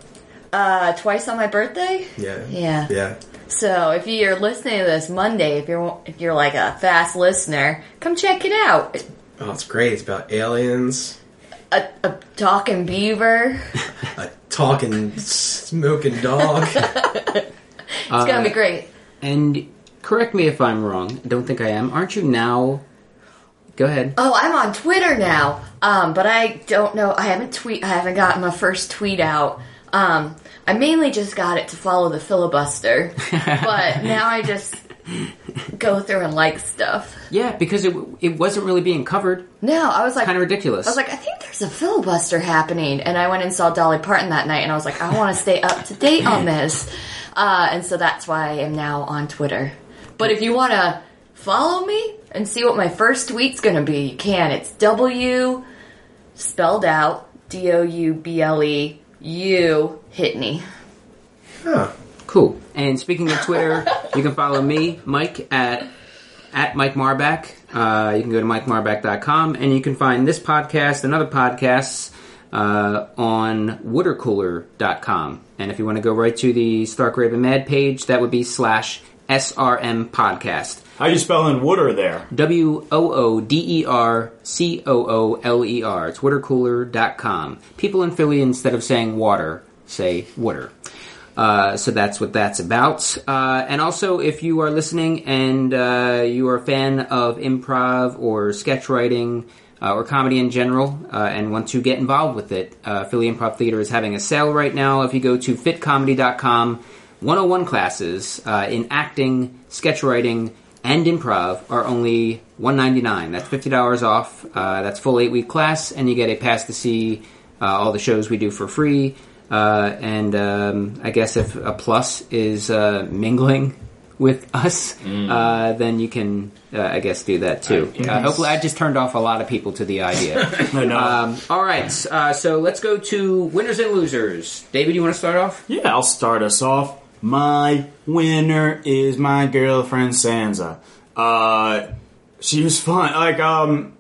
Speaker 6: uh, twice on my birthday.
Speaker 5: Yeah.
Speaker 6: Yeah.
Speaker 5: Yeah.
Speaker 6: So if you're listening to this Monday, if you're if you're like a fast listener, come check it out. It's
Speaker 5: Oh, it's great. It's about aliens,
Speaker 6: A, a talking beaver.
Speaker 5: a talking, smoking dog.
Speaker 6: It's gonna be great.
Speaker 2: And correct me if I'm wrong. I don't think I am. Aren't you now? Go ahead.
Speaker 6: Oh, I'm on Twitter now. Um, but I don't know. I haven't tweet. I haven't gotten my first tweet out. Um, I mainly just got it to follow the filibuster. but now I just go through and like stuff.
Speaker 2: Yeah, because it it wasn't really being covered.
Speaker 6: No, I was like
Speaker 2: Kind of ridiculous.
Speaker 6: I was like, I think there's a filibuster happening, and I went and saw Dolly Parton that night, and I was like, I want to stay up to date on this, uh, and so that's why I am now on Twitter. But if you want to follow me and see what my first tweet's going to be, you can. It's W spelled out D O U B L E U hit me.
Speaker 5: Huh.
Speaker 2: cool. And speaking of Twitter, you can follow me, Mike, at at Mike Marback. Uh, you can go to MikeMarback.com and you can find this podcast and other podcasts uh, on watercooler.com. And if you want to go right to the Stark Raven Mad page, that would be slash SRM podcast.
Speaker 3: How you spelling Wooder there?
Speaker 2: W O O D E R C O O L E R. It's watercooler.com. People in Philly, instead of saying water, say water. Uh, so that's what that's about. Uh, and also, if you are listening and uh, you are a fan of improv or sketch writing uh, or comedy in general uh, and want to get involved with it, uh, Philly Improv Theater is having a sale right now. If you go to oh fitcomedy.com, 101 classes uh, in acting, sketch writing, and improv are only one ninety nine. That's fifty dollars off. Uh, that's full eight week class, and you get a pass to see uh, all the shows we do for free. Uh, and um, I guess if a plus is uh, mingling with us, uh, then you can, uh, I guess, do that too. Uh, hopefully, I just turned off a lot of people to the idea.
Speaker 3: I know.
Speaker 2: Um, all right, uh, so let's go to winners and losers. David, you want to start off?
Speaker 3: Yeah, I'll start us off. My winner is my girlfriend Sansa. Uh, she was fun. Like, um,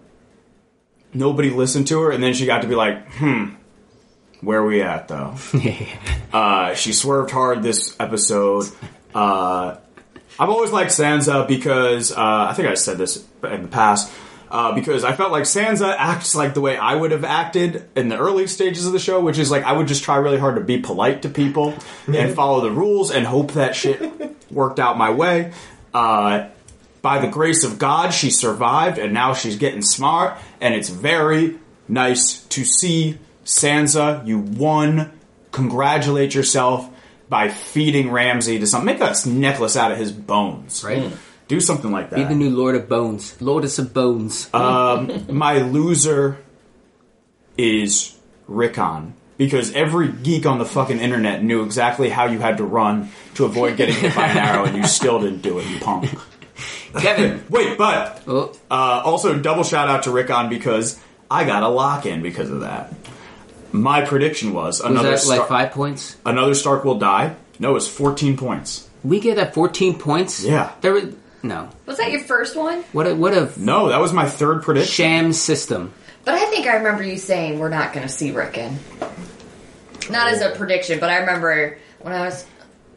Speaker 3: nobody listened to her, and then she got to be like, hmm, where we at though? uh, she swerved hard this episode. Uh, I've always liked Sansa because uh, I think I said this in the past. Uh, because I felt like Sansa acts like the way I would have acted in the early stages of the show, which is like I would just try really hard to be polite to people and follow the rules and hope that shit worked out my way. Uh, by the grace of God, she survived, and now she's getting smart, and it's very nice to see. Sansa, you won. Congratulate yourself by feeding Ramsay to something. Make a necklace out of his bones.
Speaker 2: Right.
Speaker 3: Do something like that
Speaker 2: Hmm. Be the new Lord of Bones, Lordess of Bones.
Speaker 3: my loser is Rickon. Because every geek on the fucking internet knew exactly how you had to run to avoid getting hit by an arrow, and you still didn't do it, you punk.
Speaker 2: Kevin.
Speaker 3: Wait, but
Speaker 2: Oh,
Speaker 3: uh, also, double shout out to Rickon because I got a lock in because of that. My prediction
Speaker 2: was
Speaker 3: was another
Speaker 2: that like
Speaker 3: Star-
Speaker 2: five points?
Speaker 3: another Stark will die. No, it's 14 points.
Speaker 2: We get at fourteen points.
Speaker 3: Yeah.
Speaker 2: There was no.
Speaker 6: Was that your first one?
Speaker 2: What a what a
Speaker 3: No, that was my third prediction.
Speaker 2: sham system.
Speaker 6: But I think I remember you saying we're not going to see Rickon. Not as a
Speaker 3: Oh.
Speaker 6: prediction, but I remember when I was.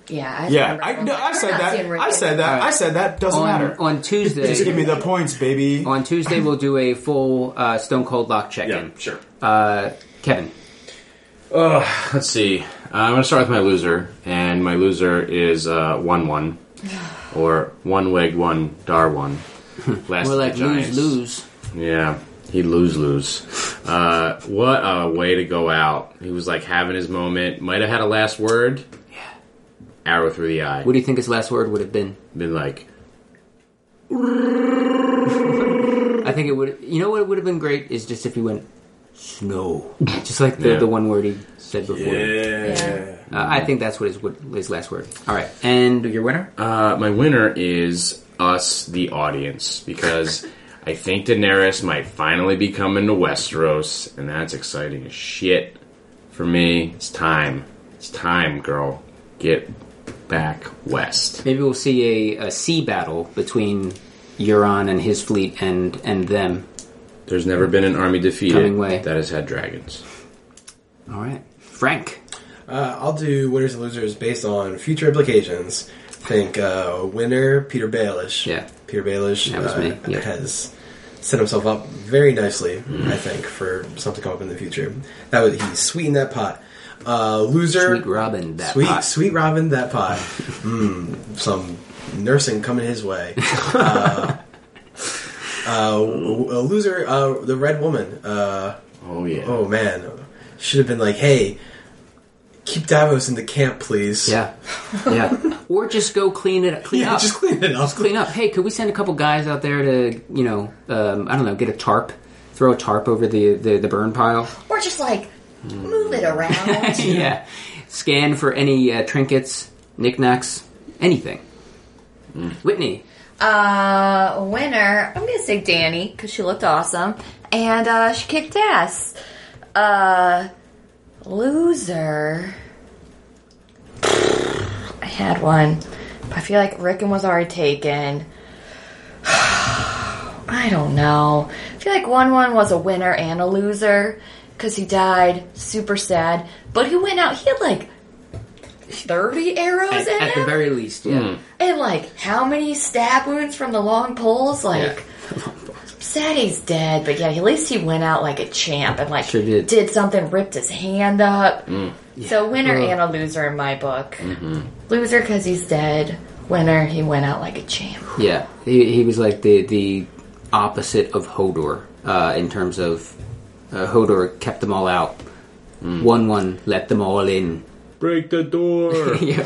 Speaker 6: Yeah, I
Speaker 3: Yeah,
Speaker 6: remember
Speaker 3: I,
Speaker 6: was
Speaker 3: no,
Speaker 6: like,
Speaker 3: I
Speaker 6: "We're
Speaker 3: said
Speaker 6: not
Speaker 3: that.
Speaker 6: seeing
Speaker 3: I
Speaker 6: Rickon."
Speaker 3: said that. I said that. Doesn't
Speaker 2: On
Speaker 3: matter.
Speaker 2: on Tuesday.
Speaker 3: Just give me the points, baby.
Speaker 2: on Tuesday we'll do a full uh, Stone Cold Lock check in.
Speaker 4: sure.
Speaker 2: Uh, Kevin.
Speaker 4: Let's see. Uh, I'm going to start with my loser, and my loser is uh, one one, or one wig one dar one. Last
Speaker 2: We're
Speaker 4: of the
Speaker 2: like lose
Speaker 4: Giants.
Speaker 2: lose.
Speaker 4: Yeah, he lose lose. Uh, what a way to go out! He was like having his moment. Might have had a last word. Yeah. Arrow through the eye.
Speaker 2: What do you think his last word would have been?
Speaker 4: Been like,
Speaker 2: I think it would. You know what would have been great is just if he went snow, just like the,
Speaker 4: Yeah.
Speaker 2: the one word he said before.
Speaker 6: Yeah.
Speaker 2: Uh, I think that's what his would- his last word. All right, and your winner.
Speaker 4: Uh, my winner is us, the audience, because I think Daenerys might finally be coming to Westeros, and that's exciting as shit for me. It's time. It's time, girl. Get back west.
Speaker 2: Maybe we'll see a, a sea battle between Euron and his fleet and and them.
Speaker 4: There's never been an army defeated
Speaker 2: Coming way.
Speaker 4: that has had dragons.
Speaker 2: All right, Frank.
Speaker 5: Uh, I'll do winners and losers based on future implications. Think uh, winner Peter Baelish.
Speaker 2: Yeah.
Speaker 5: Peter Baelish
Speaker 2: That was
Speaker 5: uh,
Speaker 2: me, yeah. Mm.
Speaker 5: has set himself up very nicely, I think, for something to come up in the future. That would he sweetened that pot. Uh, loser
Speaker 2: Sweet Robin. That
Speaker 5: sweet,
Speaker 2: pot.
Speaker 5: sweet Robin that pot. mm, some nursing coming his way. Uh, uh, w- a loser, uh, the red woman. Uh,
Speaker 4: Oh yeah.
Speaker 5: Oh man, should have been like, hey, keep Davos in the camp, please.
Speaker 2: Yeah, yeah. or just go clean it. Clean
Speaker 5: yeah,
Speaker 2: up.
Speaker 5: just clean it up.
Speaker 2: clean up. Hey, could we send a couple guys out there to you know, um, I don't know, get a tarp, throw a tarp over the the, the burn pile.
Speaker 6: Or just like
Speaker 3: Hmm.
Speaker 6: move it around.
Speaker 2: yeah. Scan for any uh, trinkets, knickknacks, anything.
Speaker 5: Mm.
Speaker 2: Whitney.
Speaker 6: uh, winner, I'm gonna say Danny because she looked awesome and uh, she kicked ass. Uh, loser. I had one, but I feel like Rickon was already taken. I don't know. I feel like one one was a winner and a loser because he died, super sad. But he went out. He had like thirty arrows
Speaker 2: At,
Speaker 6: in
Speaker 2: at
Speaker 6: him.
Speaker 2: the very least, yeah.
Speaker 5: Mm.
Speaker 6: And like, how many stab wounds from the long poles? Like, I'm sad he's dead, but yeah, at least he went out like a champ and like
Speaker 2: Sure did.
Speaker 6: something, ripped his hand up.
Speaker 3: Mm.
Speaker 6: So winner
Speaker 2: Ugh.
Speaker 6: and a loser in my book.
Speaker 3: Mm-hmm.
Speaker 6: Loser because he's dead. Winner, he went out like a champ.
Speaker 2: Yeah. He, he was like the, the opposite of Hodor uh, in terms of uh, Hodor kept them all out. 1 1, let them all in.
Speaker 1: Break the door.
Speaker 2: yeah,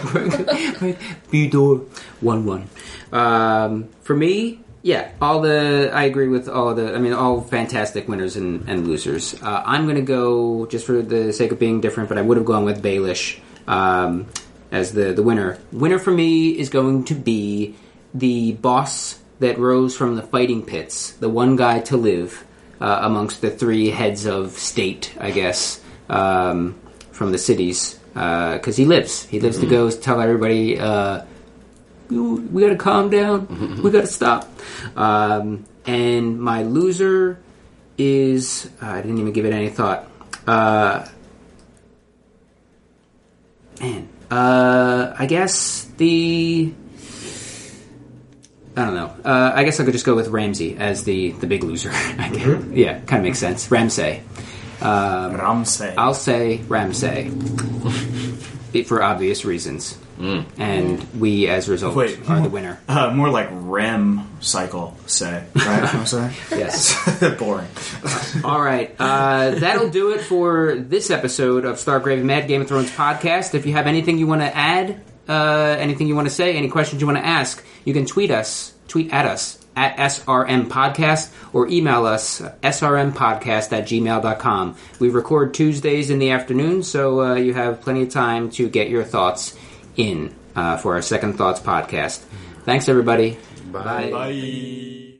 Speaker 2: Budor one one. Um, for me, yeah, all the I agree with all the. I mean, all fantastic winners and, and losers. Uh, I'm gonna go just for the sake of being different, but I would have gone with Baelish um, as the the winner. Winner for me is going to be the boss that rose from the fighting pits, the one guy to live uh, amongst the three heads of state, I guess, um, from the cities, because he lives. He lives to go tell everybody, uh, "You- we gotta calm down, we gotta stop. Um, and my loser is, uh, I didn't even give it any thought. Uh, man, uh, I guess the. I don't know. Uh, I guess I could just go with Ramsey as the, the big loser. I guess. Yeah, kind of makes sense. Ramsey.
Speaker 3: Ramsey.
Speaker 2: I'll say Ramsey for obvious reasons, and we, as a result,
Speaker 3: Wait.
Speaker 2: are the winner.
Speaker 3: Uh, more like REM cycle, say. Right? I'm saying?
Speaker 2: Yes.
Speaker 3: Boring.
Speaker 2: All right. Uh, that'll do it for this episode of Stargrave and Mad Game of Thrones podcast. If you have anything you want to add, uh, anything you want to say, any questions you want to ask, you can tweet us, tweet at us at SRM Podcast or email us srmpodcast at gmail.com. We record Tuesdays in the afternoon, so uh, you have plenty of time to get your thoughts in uh, for our Second Thoughts podcast. Thanks, everybody. Bye.
Speaker 3: Bye.